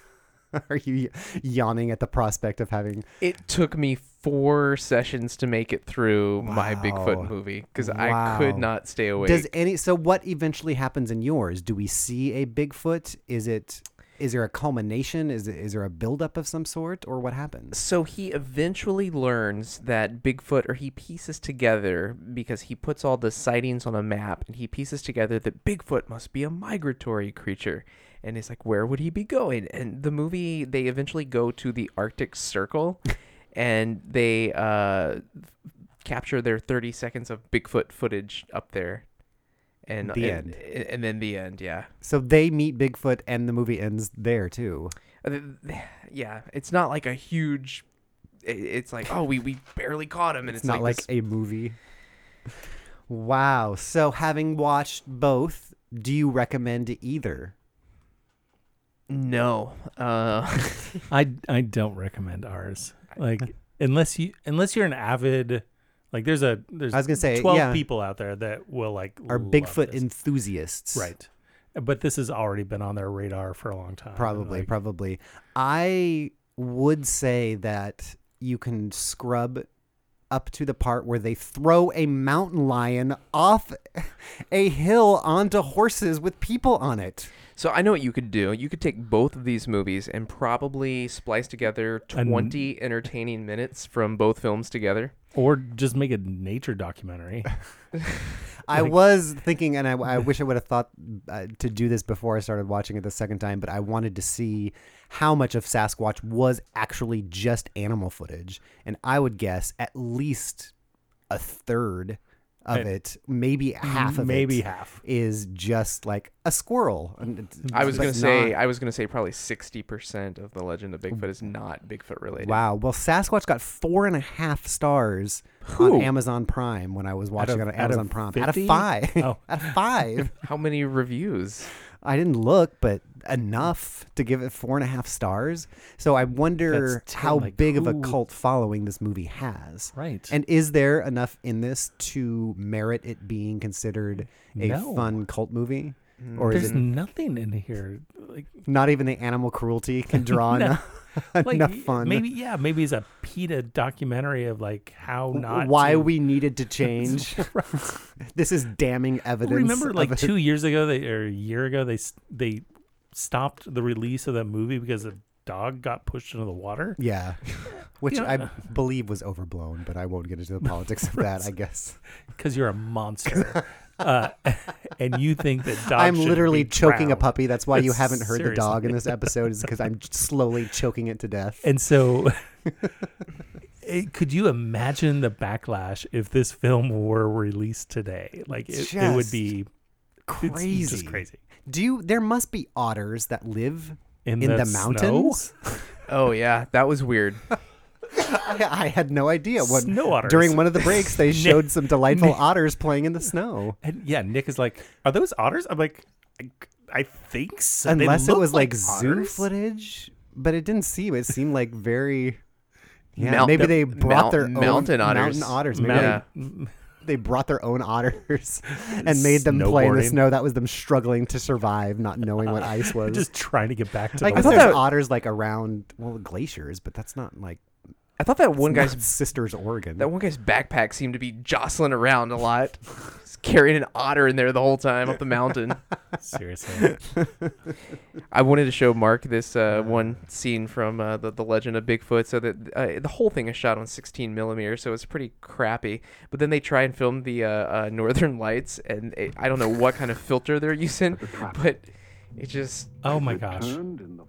[SPEAKER 1] Are you yawning at the prospect of having?
[SPEAKER 5] It took me four sessions to make it through my
[SPEAKER 1] Wow.
[SPEAKER 5] Bigfoot movie because I
[SPEAKER 1] Wow.
[SPEAKER 5] could not stay awake.
[SPEAKER 1] Does any so what eventually happens in yours? Do we see a Bigfoot? Is it is there a culmination? Is it, is there a buildup of some sort, or what happens?
[SPEAKER 5] so he eventually learns that Bigfoot, or he pieces together because he puts all the sightings on a map and he pieces together that Bigfoot must be a migratory creature. And he's like, where would he be going? And the movie, they eventually go to the Arctic Circle and they uh, capture their 30 seconds of Bigfoot footage up there. And,
[SPEAKER 1] The
[SPEAKER 5] and,
[SPEAKER 1] end.
[SPEAKER 5] And then the end, yeah.
[SPEAKER 1] So they meet Bigfoot, and the movie ends there too.
[SPEAKER 5] Uh, th- th- yeah it's not like a huge i- it's like oh we, we barely caught him and it's,
[SPEAKER 1] It's not like,
[SPEAKER 5] this-
[SPEAKER 1] a movie. Wow. So having watched both, do you recommend either?
[SPEAKER 5] no uh
[SPEAKER 6] I I don't recommend ours. Like unless you unless you're an avid like there's a there's
[SPEAKER 1] I was gonna say,
[SPEAKER 6] twelve
[SPEAKER 1] yeah.
[SPEAKER 6] people out there that will like
[SPEAKER 1] Are
[SPEAKER 6] love
[SPEAKER 1] Bigfoot
[SPEAKER 6] this.
[SPEAKER 1] enthusiasts?
[SPEAKER 6] right, but this has already been on their radar for a long time. and,
[SPEAKER 1] Probably,
[SPEAKER 6] like,
[SPEAKER 1] probably. I would say that you can scrub up to the part where they throw a mountain lion off a hill onto horses with people on it.
[SPEAKER 5] so i know what you could do you could take both of these movies and probably splice together
[SPEAKER 6] An-
[SPEAKER 5] 20 entertaining minutes from both films together
[SPEAKER 6] or just make a nature documentary.
[SPEAKER 1] I was thinking, and I, I wish I would have thought uh, to do this before I started watching it the second time, but I wanted to see how much of Sasquatch was actually just animal footage. And I would guess at least a third of
[SPEAKER 6] And-
[SPEAKER 1] it, maybe half of it.
[SPEAKER 6] maybe half.
[SPEAKER 1] Is just like a squirrel. And it's-
[SPEAKER 5] i was
[SPEAKER 1] it's
[SPEAKER 5] gonna say
[SPEAKER 1] not-
[SPEAKER 5] i was gonna say probably 60% of the legend of bigfoot is not bigfoot related
[SPEAKER 1] Wow. Well, Sasquatch got four and a half stars
[SPEAKER 5] Who?
[SPEAKER 1] on Amazon Prime when I was watching
[SPEAKER 6] of-
[SPEAKER 1] it on
[SPEAKER 6] out of
[SPEAKER 1] Amazon Prime. Out of
[SPEAKER 6] 50?
[SPEAKER 1] five.
[SPEAKER 6] Oh.
[SPEAKER 1] out of five.
[SPEAKER 5] how many reviews
[SPEAKER 1] I didn't look, but enough to give it four and a half stars. So I wonder
[SPEAKER 6] That's ten,
[SPEAKER 1] how
[SPEAKER 6] like,
[SPEAKER 1] big of a
[SPEAKER 6] who-
[SPEAKER 1] cult following this movie has.
[SPEAKER 6] Right.
[SPEAKER 1] And is there enough in this to merit it being considered a
[SPEAKER 6] No.
[SPEAKER 1] fun cult movie? Or is
[SPEAKER 6] There's
[SPEAKER 1] it
[SPEAKER 6] nothing in here. Like,
[SPEAKER 1] not even the animal cruelty can draw
[SPEAKER 6] No.
[SPEAKER 1] enough,
[SPEAKER 6] like
[SPEAKER 1] enough fun?
[SPEAKER 6] Maybe yeah, maybe it's a PETA documentary of like how not
[SPEAKER 1] why
[SPEAKER 6] to-
[SPEAKER 1] we needed to change. this is damning evidence.
[SPEAKER 6] Well, remember,
[SPEAKER 1] of
[SPEAKER 6] like
[SPEAKER 1] a-
[SPEAKER 6] two years ago, they or a year ago, they s- they stopped the release of that movie because a dog got pushed into the water.
[SPEAKER 1] Yeah. Which
[SPEAKER 6] You know-
[SPEAKER 1] I believe was overblown, but I won't get into the politics of that, I guess.
[SPEAKER 6] Because you're a monster, uh, and you think that dogs.
[SPEAKER 1] I'm
[SPEAKER 6] should
[SPEAKER 1] literally
[SPEAKER 6] be
[SPEAKER 1] choking a
[SPEAKER 6] drowned.
[SPEAKER 1] puppy. That's why you
[SPEAKER 6] It's-
[SPEAKER 1] haven't heard the dog in
[SPEAKER 6] seriously.
[SPEAKER 1] this episode, is because I'm slowly choking it to death.
[SPEAKER 6] And so, it, could you imagine the backlash if this film were released today? Like it, it would
[SPEAKER 1] Just
[SPEAKER 6] be it's
[SPEAKER 1] crazy.
[SPEAKER 6] just crazy.
[SPEAKER 1] Do you? There must be otters that live
[SPEAKER 6] In
[SPEAKER 1] in the,
[SPEAKER 6] the
[SPEAKER 1] mountains.
[SPEAKER 5] oh yeah that was weird
[SPEAKER 1] I, I had no idea. What
[SPEAKER 6] Snow otters.
[SPEAKER 1] during one of the breaks they showed some delightful
[SPEAKER 6] Nick-
[SPEAKER 1] otters playing in the snow.
[SPEAKER 6] And yeah, Nick is like, "Are those otters?" I'm like, "I, I think so." They
[SPEAKER 1] Unless it
[SPEAKER 6] look
[SPEAKER 1] was like, zoo
[SPEAKER 6] otters."
[SPEAKER 1] footage, but it didn't seem. It seemed like very. Yeah,
[SPEAKER 5] Mount-
[SPEAKER 1] maybe they brought
[SPEAKER 5] mount-
[SPEAKER 1] their own
[SPEAKER 5] mountain otters.
[SPEAKER 1] Mountain otters. Maybe
[SPEAKER 5] Yeah.
[SPEAKER 1] they, they brought their own otters and made them play in the
[SPEAKER 6] Snowboarding.
[SPEAKER 1] snow. That was them struggling to survive, not knowing what ice was.
[SPEAKER 6] just trying to get back to.
[SPEAKER 1] like
[SPEAKER 6] the
[SPEAKER 1] I
[SPEAKER 6] thought
[SPEAKER 1] thought there's otters like around well glaciers, but that's not like
[SPEAKER 5] i thought that one guy's
[SPEAKER 1] not sisters Oregon.
[SPEAKER 5] That one guy's backpack seemed to be jostling around a lot. He's carrying an otter in there the whole time up the mountain.
[SPEAKER 6] seriously.
[SPEAKER 5] I wanted to show Mark this uh, one scene from uh, the, the Legend of Bigfoot, so that uh, the whole thing is shot on 16 millimeter, so it's pretty crappy. But then they try and film the uh, uh, Northern Lights, and it, I don't know what kind of filter they're using, but it just
[SPEAKER 6] Oh my gosh!
[SPEAKER 3] Turned in the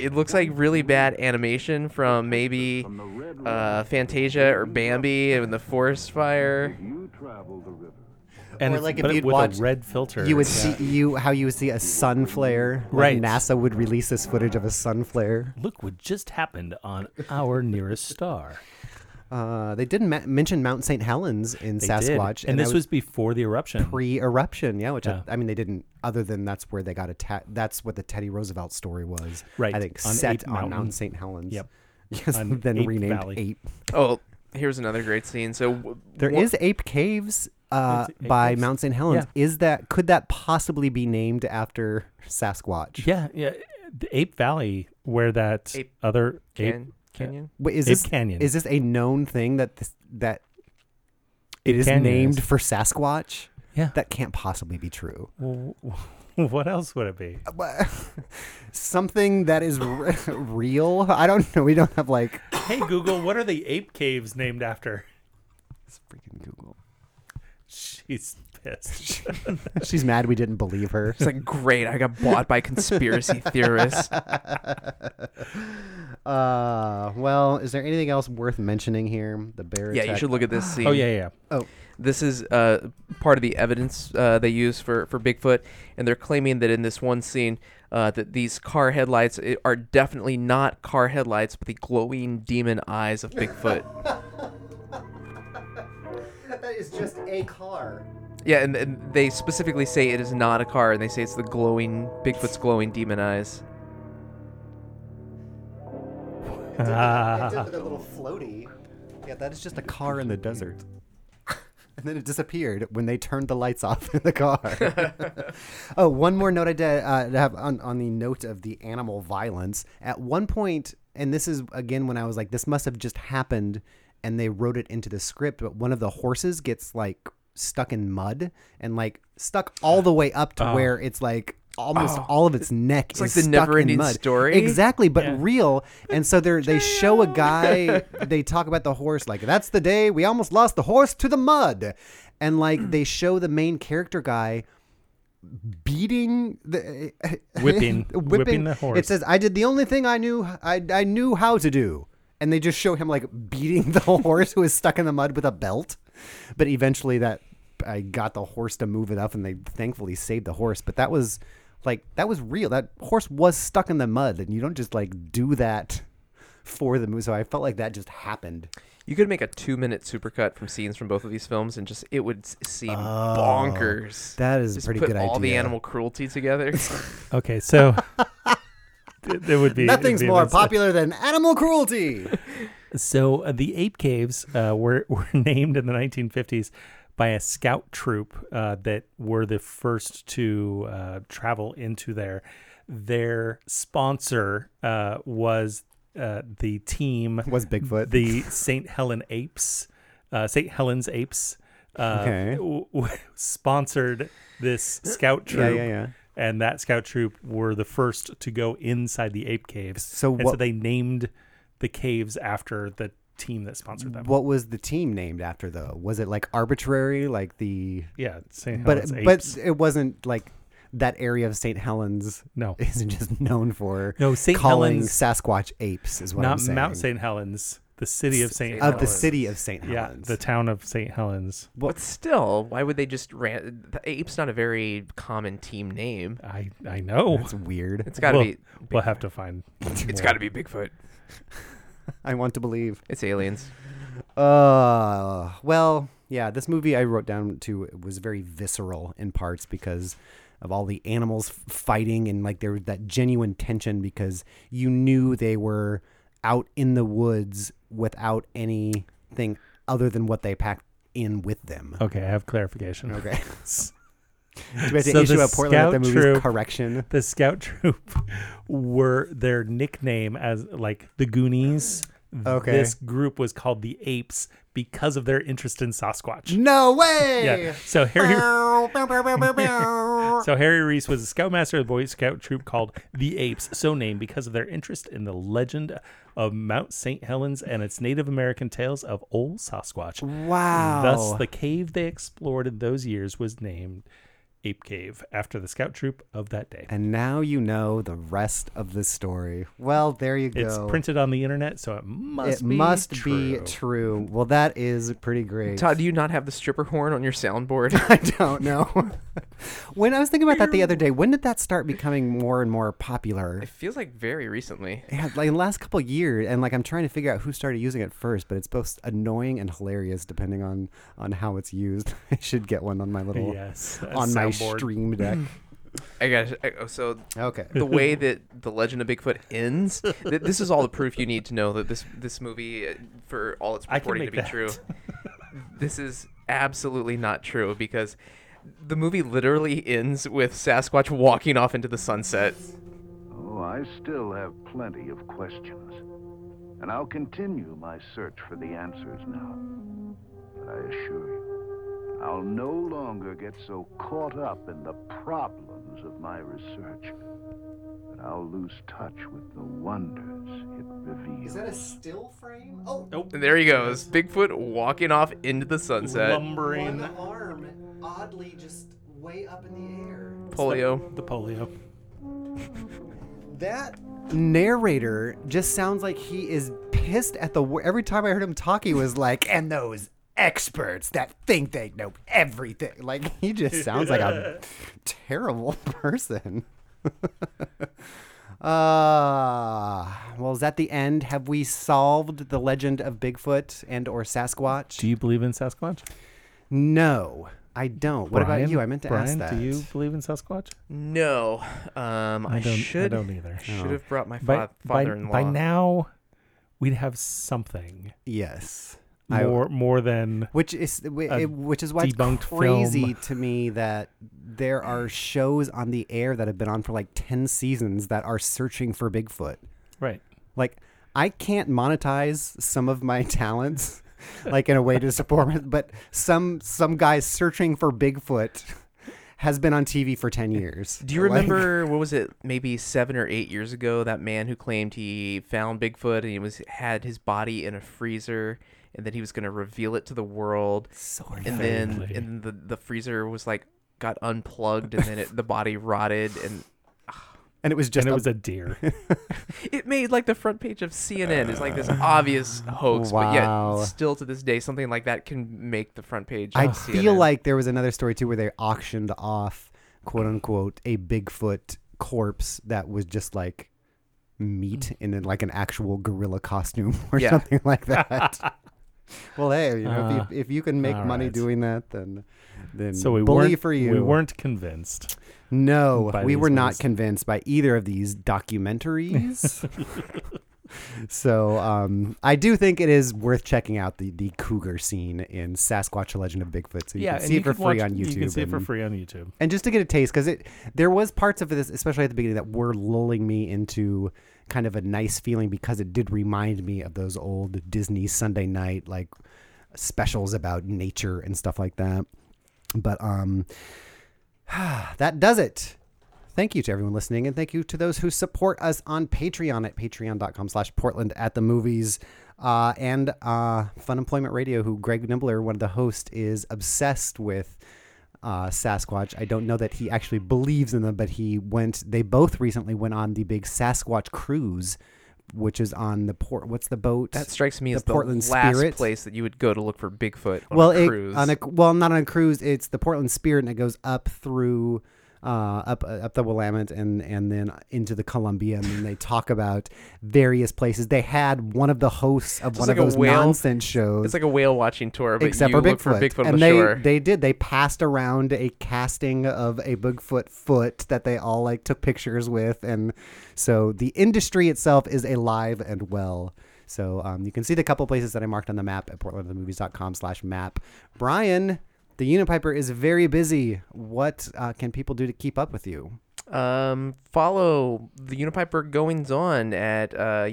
[SPEAKER 5] it looks like really bad animation from maybe uh, Fantasia or Bambi and the forest fire.
[SPEAKER 6] And
[SPEAKER 1] Or
[SPEAKER 6] it's-
[SPEAKER 1] like if
[SPEAKER 6] but
[SPEAKER 1] you'd
[SPEAKER 6] with
[SPEAKER 1] watch-
[SPEAKER 6] a red filter,
[SPEAKER 1] You would
[SPEAKER 6] Yeah.
[SPEAKER 1] see you how you would see a sun flare. like
[SPEAKER 6] Right.
[SPEAKER 1] NASA would release this footage of a sun flare.
[SPEAKER 6] Look what just happened on our nearest star.
[SPEAKER 1] Uh, they didn't ma- mention Mount St. Helens in
[SPEAKER 6] They did.
[SPEAKER 1] Sasquatch,
[SPEAKER 6] and,
[SPEAKER 1] that
[SPEAKER 6] this was, before the eruption.
[SPEAKER 1] pre-eruption. Yeah, which
[SPEAKER 6] Yeah.
[SPEAKER 1] I, I mean they didn't. Other than that's where they got attacked. That's what the Teddy Roosevelt story was.
[SPEAKER 6] Right,
[SPEAKER 1] I think
[SPEAKER 6] on
[SPEAKER 1] set
[SPEAKER 6] Ape
[SPEAKER 1] on
[SPEAKER 6] Mountain.
[SPEAKER 1] Mount St. Helens.
[SPEAKER 6] Yep.
[SPEAKER 1] Yes.
[SPEAKER 6] On
[SPEAKER 1] then
[SPEAKER 6] Ape
[SPEAKER 1] renamed
[SPEAKER 6] Valley.
[SPEAKER 1] Ape.
[SPEAKER 5] Oh, here's another great scene. So w-
[SPEAKER 1] There is
[SPEAKER 5] one-
[SPEAKER 1] Ape Caves uh,
[SPEAKER 6] Ape
[SPEAKER 1] by
[SPEAKER 6] Caves.
[SPEAKER 1] Mount St. Helens. Is that could that possibly be named after Sasquatch?
[SPEAKER 6] yeah, yeah. The Ape Valley, where that
[SPEAKER 5] Ape
[SPEAKER 6] other ape,
[SPEAKER 5] Can- Canyon.
[SPEAKER 1] Wait, is
[SPEAKER 6] Ape
[SPEAKER 1] this
[SPEAKER 6] Canyon.
[SPEAKER 1] Is this a known thing that this, that it
[SPEAKER 6] Ape
[SPEAKER 1] is
[SPEAKER 6] Canyon
[SPEAKER 1] named
[SPEAKER 6] is.
[SPEAKER 1] for Sasquatch?
[SPEAKER 6] Yeah.
[SPEAKER 1] That can't possibly be true.
[SPEAKER 6] Well, what else would it be?
[SPEAKER 1] But- Something that is re- real. I don't know. We don't have like
[SPEAKER 6] hey Google, what are the ape caves named after?
[SPEAKER 1] freaking Google.
[SPEAKER 6] She's pissed.
[SPEAKER 1] She's mad we didn't believe her.
[SPEAKER 5] It's like great. I got bought by conspiracy theorists.
[SPEAKER 1] Uh, well, is there anything else worth mentioning here? The bear.
[SPEAKER 5] Yeah, you
[SPEAKER 1] attack-
[SPEAKER 5] should look at this scene.
[SPEAKER 6] oh yeah, yeah.
[SPEAKER 1] Oh,
[SPEAKER 5] This is uh, part of the evidence uh, they use for, for Bigfoot, and they're claiming that in this one scene uh, that these car headlights i- are definitely not car headlights, but the glowing demon eyes of Bigfoot.
[SPEAKER 1] that is just a car.
[SPEAKER 5] yeah, and, and they specifically say it is not a car, and they say it's the glowing Bigfoot's glowing demon eyes.
[SPEAKER 6] Ah.
[SPEAKER 1] with a little floaty. Yeah, that is just a car in the desert. and then it disappeared when they turned the lights off in the car. oh, one more note I did uh, to have on, on the note of the animal violence. At one point, and this is again when I was like, this must have just happened, and they wrote it into the script. But one of the horses gets like stuck in mud and like stuck all the way up to where it's like. Almost all of its neck
[SPEAKER 5] Oh. like
[SPEAKER 1] is
[SPEAKER 5] the
[SPEAKER 1] stuck
[SPEAKER 5] Never-Ending
[SPEAKER 1] in mud.
[SPEAKER 5] Story.
[SPEAKER 1] Exactly exactly but real and so they're they show a guy they talk about the horse like that's the day we almost lost the horse to the mud and like they show the main character guy beating the uh,
[SPEAKER 6] Whipping- whipping the horse.
[SPEAKER 1] it says i did the only thing i knew i, I knew how to do and they just show him like beating the horse who is stuck in the mud with a belt but eventually that i got the horse to move it up and they thankfully saved the horse but that was like that was real that horse was stuck in the mud and you don't just like do that for the movie so i felt like that just happened
[SPEAKER 5] You could make a two-minute supercut from scenes from both of these films, and just it would s- seem bonkers.
[SPEAKER 1] that is a
[SPEAKER 5] Just
[SPEAKER 1] pretty
[SPEAKER 5] put
[SPEAKER 1] good
[SPEAKER 5] all the
[SPEAKER 1] idea.
[SPEAKER 5] animal cruelty together.
[SPEAKER 6] Okay, so th- there would be
[SPEAKER 1] nothing's
[SPEAKER 6] it'd be
[SPEAKER 1] more
[SPEAKER 6] this- uh,
[SPEAKER 1] popular than animal cruelty
[SPEAKER 6] So uh, the ape caves uh, were were named in the 1950s by a scout troop uh, that were the first to uh, travel into there. Their sponsor uh, was uh, the team
[SPEAKER 1] Was Bigfoot.
[SPEAKER 6] the St. Helen Apes, uh, St. Helen's Apes. Uh,
[SPEAKER 1] Okay.
[SPEAKER 6] w- w- sponsored this scout
[SPEAKER 1] Yeah, yeah,
[SPEAKER 6] troop
[SPEAKER 1] yeah.
[SPEAKER 6] and that scout troop were the first to go inside the ape caves.
[SPEAKER 1] So
[SPEAKER 6] and so
[SPEAKER 1] what-
[SPEAKER 6] they named the caves after the team that sponsored them.
[SPEAKER 1] what was the team named after though was it like arbitrary like the
[SPEAKER 6] yeah, St.
[SPEAKER 1] but
[SPEAKER 6] Helens
[SPEAKER 1] but
[SPEAKER 6] apes.
[SPEAKER 1] it wasn't like that area of St. Helens
[SPEAKER 6] No.
[SPEAKER 1] isn't just known for
[SPEAKER 6] No, St.
[SPEAKER 1] calling
[SPEAKER 6] Helens-
[SPEAKER 1] Sasquatch apes is what I'm
[SPEAKER 6] not
[SPEAKER 1] saying.
[SPEAKER 6] Mount St. Helens, the city of St.
[SPEAKER 1] of
[SPEAKER 6] Helens.
[SPEAKER 1] the city of St.
[SPEAKER 6] yeah,
[SPEAKER 1] Helens.
[SPEAKER 6] the town of St. Helens.
[SPEAKER 5] But still, why would they just ran? The ape's not a very common team name.
[SPEAKER 6] I I know.
[SPEAKER 1] That's weird.
[SPEAKER 5] It's got to
[SPEAKER 6] we'll,
[SPEAKER 5] be.
[SPEAKER 6] We'll have to find.
[SPEAKER 5] It's got to be Bigfoot.
[SPEAKER 1] I want to believe.
[SPEAKER 5] It's aliens.
[SPEAKER 1] Uh, well, yeah, this movie I wrote down to was very visceral in parts because of all the animals f- fighting and like there was that genuine tension because you knew they were out in the woods without anything other than what they packed in with them.
[SPEAKER 6] Okay, I have clarification.
[SPEAKER 1] Okay. Do we have to
[SPEAKER 6] So
[SPEAKER 1] issue
[SPEAKER 6] the
[SPEAKER 1] a Portland at the
[SPEAKER 6] scout
[SPEAKER 1] movie's
[SPEAKER 6] troop-
[SPEAKER 1] correction?
[SPEAKER 6] the scout troop were their nickname as like the Goonies.
[SPEAKER 1] Okay.
[SPEAKER 6] This group was called the Apes because of their interest in Sasquatch.
[SPEAKER 1] No way!
[SPEAKER 6] Yeah. So Harry
[SPEAKER 1] Bow, bow, bow, bow, bow, bow.
[SPEAKER 6] So Harry Reese was a scoutmaster of the Boy Scout troop called the Apes, so named because of their interest in the legend of Mount St. Helens and its Native American tales of old Sasquatch.
[SPEAKER 1] wow.
[SPEAKER 6] Thus the cave they explored in those years was named ape cave after the scout troop of that day.
[SPEAKER 1] And now you know the rest of the story. Well, there you go.
[SPEAKER 6] It's printed on the internet, so it must
[SPEAKER 1] it
[SPEAKER 6] be
[SPEAKER 1] must
[SPEAKER 6] true.
[SPEAKER 1] be true. Well, that is pretty great.
[SPEAKER 5] Todd, do you not have the stripper horn on your soundboard?
[SPEAKER 1] I don't know. when I was thinking about that the other day, when did that start becoming more and more popular?
[SPEAKER 5] it feels like very recently.
[SPEAKER 1] Yeah, like in the last couple of years, and like I'm trying to figure out who started using it first, but it's both annoying and hilarious depending on on how it's used. I should get one on my little
[SPEAKER 6] Yes, a
[SPEAKER 1] on my
[SPEAKER 6] soundboard.
[SPEAKER 1] stream deck.
[SPEAKER 5] I got I, oh, so
[SPEAKER 1] Okay.
[SPEAKER 5] the way that the Legend of Bigfoot ends. Th- this is all the proof you need to know that this this movie, uh, for all it's
[SPEAKER 6] I can
[SPEAKER 5] purporting to be
[SPEAKER 6] make
[SPEAKER 5] true,
[SPEAKER 6] that.
[SPEAKER 5] this is absolutely not true because the movie literally ends with Sasquatch walking off into the sunset.
[SPEAKER 3] Oh, I still have plenty of questions. And I'll continue my search for the answers now. But I assure you, I'll no longer get so caught up in the problems of my research that I'll lose touch with the wonders it reveals.
[SPEAKER 1] still frame? Oh,
[SPEAKER 6] Nope.
[SPEAKER 5] And there he goes, Bigfoot walking off into the sunset.
[SPEAKER 6] Lumbering
[SPEAKER 1] arm oddly just way up in the air.
[SPEAKER 5] Polio.
[SPEAKER 6] the polio.
[SPEAKER 1] That narrator just sounds like he is pissed at the. wor- Every time I heard him talk, he was like, and those experts that think they know everything. Like, he just sounds like a terrible person. uh, well, is that the end? Have we solved the legend of Bigfoot and or Sasquatch?
[SPEAKER 6] Do you believe in Sasquatch?
[SPEAKER 1] no, I don't. What about you? I meant to
[SPEAKER 6] Brian,
[SPEAKER 1] ask that.
[SPEAKER 6] Do you believe in Sasquatch?
[SPEAKER 5] No, um, I,
[SPEAKER 6] don't- I
[SPEAKER 5] should.
[SPEAKER 6] don't either.
[SPEAKER 5] Should have brought my
[SPEAKER 6] By,
[SPEAKER 5] fa-
[SPEAKER 6] by,
[SPEAKER 5] father-in-law.
[SPEAKER 6] by now, we'd have something
[SPEAKER 1] Yes. I-
[SPEAKER 6] more more than
[SPEAKER 1] Which is whi-
[SPEAKER 6] a
[SPEAKER 1] it- which is why it's
[SPEAKER 6] debunked
[SPEAKER 1] crazy
[SPEAKER 6] film.
[SPEAKER 1] to me that there are shows on the air that have been on for like ten seasons that are searching for Bigfoot.
[SPEAKER 6] right.
[SPEAKER 1] Like I can't monetize some of my talents, like in a way to support, my- but some some guy searching for Bigfoot has been on TV for ten years.
[SPEAKER 5] Do you
[SPEAKER 1] Like,
[SPEAKER 5] remember what was it? Maybe seven or eight years ago, that man who claimed he found Bigfoot and he was had his body in a freezer, and then he was going to reveal it to the world.
[SPEAKER 1] Sort
[SPEAKER 5] and
[SPEAKER 1] of.
[SPEAKER 5] then
[SPEAKER 6] Vaguely.
[SPEAKER 5] and the the freezer was like got unplugged, and then it, the body rotted, and
[SPEAKER 1] and it was just
[SPEAKER 6] and it
[SPEAKER 1] a
[SPEAKER 6] was a deer.
[SPEAKER 5] it made like the front page of CNN. It's like this obvious hoax, but
[SPEAKER 1] Wow.
[SPEAKER 5] yet still to this day, something like that can make the front page.
[SPEAKER 1] I
[SPEAKER 6] Oh,
[SPEAKER 5] of
[SPEAKER 1] feel
[SPEAKER 5] CNN.
[SPEAKER 1] like there was another story too where they auctioned off, quote unquote, a Bigfoot corpse that was just like
[SPEAKER 6] Mm.
[SPEAKER 1] meat in an- like an actual gorilla costume or
[SPEAKER 5] Yeah.
[SPEAKER 1] something like that. well, hey, you know,
[SPEAKER 6] Uh,
[SPEAKER 1] if, you, if you can make
[SPEAKER 6] all
[SPEAKER 1] money
[SPEAKER 6] right.
[SPEAKER 1] doing that, then then
[SPEAKER 6] so we
[SPEAKER 1] bully
[SPEAKER 6] weren't
[SPEAKER 1] for you.
[SPEAKER 6] we weren't convinced.
[SPEAKER 1] no,
[SPEAKER 6] by
[SPEAKER 1] we
[SPEAKER 6] these
[SPEAKER 1] were not
[SPEAKER 6] ones.
[SPEAKER 1] convinced by either of these documentaries. So um, I do think it is worth checking out the, the cougar scene in Sasquatch: A Legend of Bigfoot. So you can see it for free on YouTube.
[SPEAKER 6] You can see it for
[SPEAKER 1] and-
[SPEAKER 6] free on YouTube.
[SPEAKER 1] and just to get a taste because it there was parts of this especially at the beginning that were lulling me into kind of a nice feeling because it did remind me of those old disney sunday night like specials about nature and stuff like that but um that does it thank you to everyone listening and thank you to those who support us on patreon at patreon.com slash portland at the movies uh, and uh, fun employment radio who greg nimbler one of the hosts is obsessed with uh, sasquatch i don't know that he actually believes in them but he went they both recently went on the big sasquatch cruise which is on the port what's the boat
[SPEAKER 5] that strikes me
[SPEAKER 1] the
[SPEAKER 5] as the
[SPEAKER 1] Portland
[SPEAKER 5] last
[SPEAKER 1] Spirit.
[SPEAKER 5] place that you would go to look for Bigfoot on
[SPEAKER 1] well,
[SPEAKER 5] a
[SPEAKER 1] it-
[SPEAKER 5] cruise.
[SPEAKER 1] on a well, not on a cruise. It's the Portland Spirit, and it goes up through, uh, up uh, up the Willamette, and and then into the Columbia, and then they talk about various places. They had one of the hosts of one
[SPEAKER 5] like
[SPEAKER 1] of
[SPEAKER 5] a
[SPEAKER 1] those
[SPEAKER 5] whale-
[SPEAKER 1] nonsense shows.
[SPEAKER 5] it's like a whale watching tour, but
[SPEAKER 1] Except
[SPEAKER 5] you
[SPEAKER 1] for Bigfoot.
[SPEAKER 5] look for Bigfoot on
[SPEAKER 1] and
[SPEAKER 5] the
[SPEAKER 1] they,
[SPEAKER 5] shore.
[SPEAKER 1] they did. They passed around a casting of a Bigfoot foot that they all like took pictures with, and so the industry itself is alive and well. So um, you can see the couple places that I marked on the map at portlandthemovies.com slash map. Brian, the Unipiper is very busy. What uh, can people do to keep up with you?
[SPEAKER 5] Um, follow the Unipiper goings on at uh,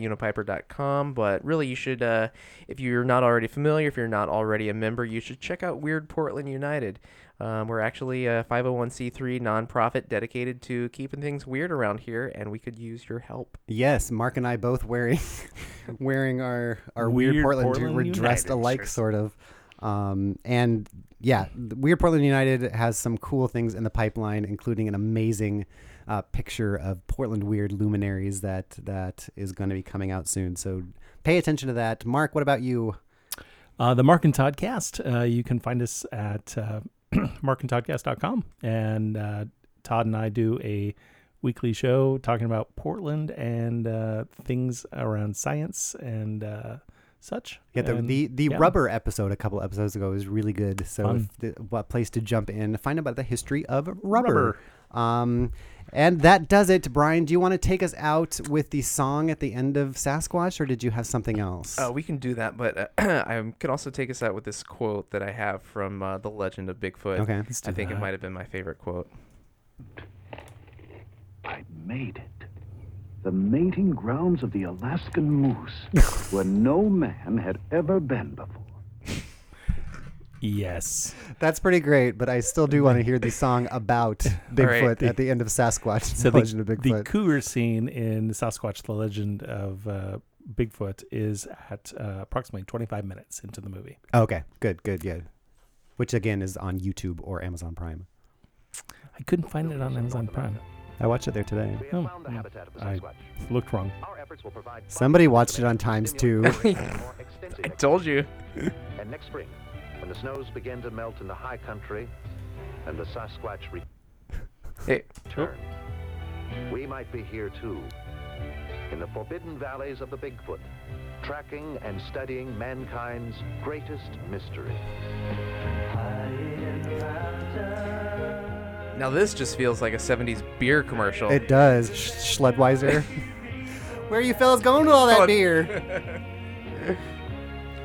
[SPEAKER 5] unipiper.com. But really, you should, uh, if you're not already familiar, if you're not already a member, you should check out Weird Portland United. Um, we're actually a 501c3 nonprofit dedicated to keeping things weird around here, and we could use your help.
[SPEAKER 1] Yes, Mark and I both wearing wearing our our weird,
[SPEAKER 6] Weird
[SPEAKER 1] Portland,
[SPEAKER 6] Portland
[SPEAKER 1] we're dressed
[SPEAKER 6] United
[SPEAKER 1] alike,
[SPEAKER 6] shirts.
[SPEAKER 1] sort of. Um, and yeah, the Weird Portland United has some cool things in the pipeline, including an amazing uh, picture of Portland Weird luminaries that that is going to be coming out soon. So pay attention to that. Mark, what about you?
[SPEAKER 6] Uh, the Mark and Todd cast. Uh, you can find us at uh, markandtoddcast.com. And uh, Todd and I do a weekly show talking about Portland and uh, things around science and uh, such.
[SPEAKER 1] Yeah, the
[SPEAKER 6] And,
[SPEAKER 1] the, the
[SPEAKER 6] yeah.
[SPEAKER 1] rubber episode a couple episodes ago was really good. So, if the, what place to jump in? Find out about the history of rubber. Um, and that does it, Brian. Do you want to take us out with the song at the end of Sasquatch, or did you have something else?
[SPEAKER 5] Uh, we can do that, but uh, I can also take us out with this quote that I have from uh, The Legend of Bigfoot.
[SPEAKER 1] Okay. Let's
[SPEAKER 5] I think it might have been my favorite quote.
[SPEAKER 3] I made it. The mating grounds of the Alaskan moose, where no man had ever been before.
[SPEAKER 6] Yes.
[SPEAKER 1] That's pretty great, but I still do want to hear the song about Bigfoot
[SPEAKER 5] right.
[SPEAKER 1] at the end of Sasquatch,
[SPEAKER 6] So
[SPEAKER 1] the
[SPEAKER 6] the,
[SPEAKER 1] Legend of
[SPEAKER 6] the
[SPEAKER 1] Bigfoot.
[SPEAKER 6] cougar scene in Sasquatch, the legend of uh, Bigfoot, is at uh, approximately 25 minutes into the movie.
[SPEAKER 1] okay, good, good, good. Which again is on YouTube or Amazon Prime.
[SPEAKER 6] I couldn't find it on Amazon Prime.
[SPEAKER 1] I watched it there today.
[SPEAKER 4] We have
[SPEAKER 6] Oh,
[SPEAKER 4] found the
[SPEAKER 6] yeah.
[SPEAKER 4] habitat of the
[SPEAKER 6] I-
[SPEAKER 4] Sasquatch.
[SPEAKER 6] Looked wrong.
[SPEAKER 4] Our efforts will provide
[SPEAKER 1] Hmm. Somebody watched it on Times Two.
[SPEAKER 5] I told you.
[SPEAKER 4] And next spring, when the snows begin to melt in the high country and the Sasquatch
[SPEAKER 5] Hey,
[SPEAKER 4] return, we might be here too, in the forbidden valleys of the Bigfoot, tracking and studying mankind's greatest mystery.
[SPEAKER 5] now this just feels like a 70s beer commercial.
[SPEAKER 1] It does. Sh- Schledweiser. Where are you fellas going with all that beer?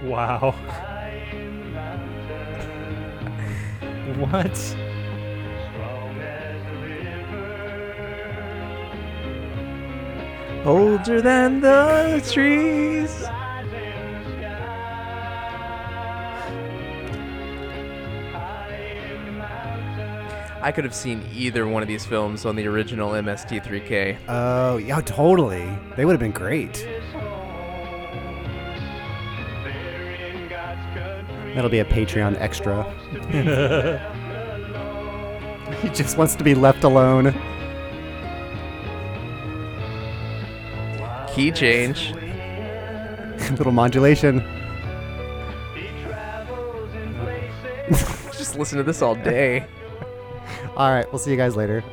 [SPEAKER 6] Wow. what?
[SPEAKER 5] Older than the trees. I could have seen either one of these films on the original MST3K.
[SPEAKER 1] Oh, yeah, totally. They would have been great. That'll be a Patreon extra. he just wants to be left alone.
[SPEAKER 5] Key change.
[SPEAKER 1] Little modulation.
[SPEAKER 5] Just listen to this all day.
[SPEAKER 1] All right, we'll see you guys later.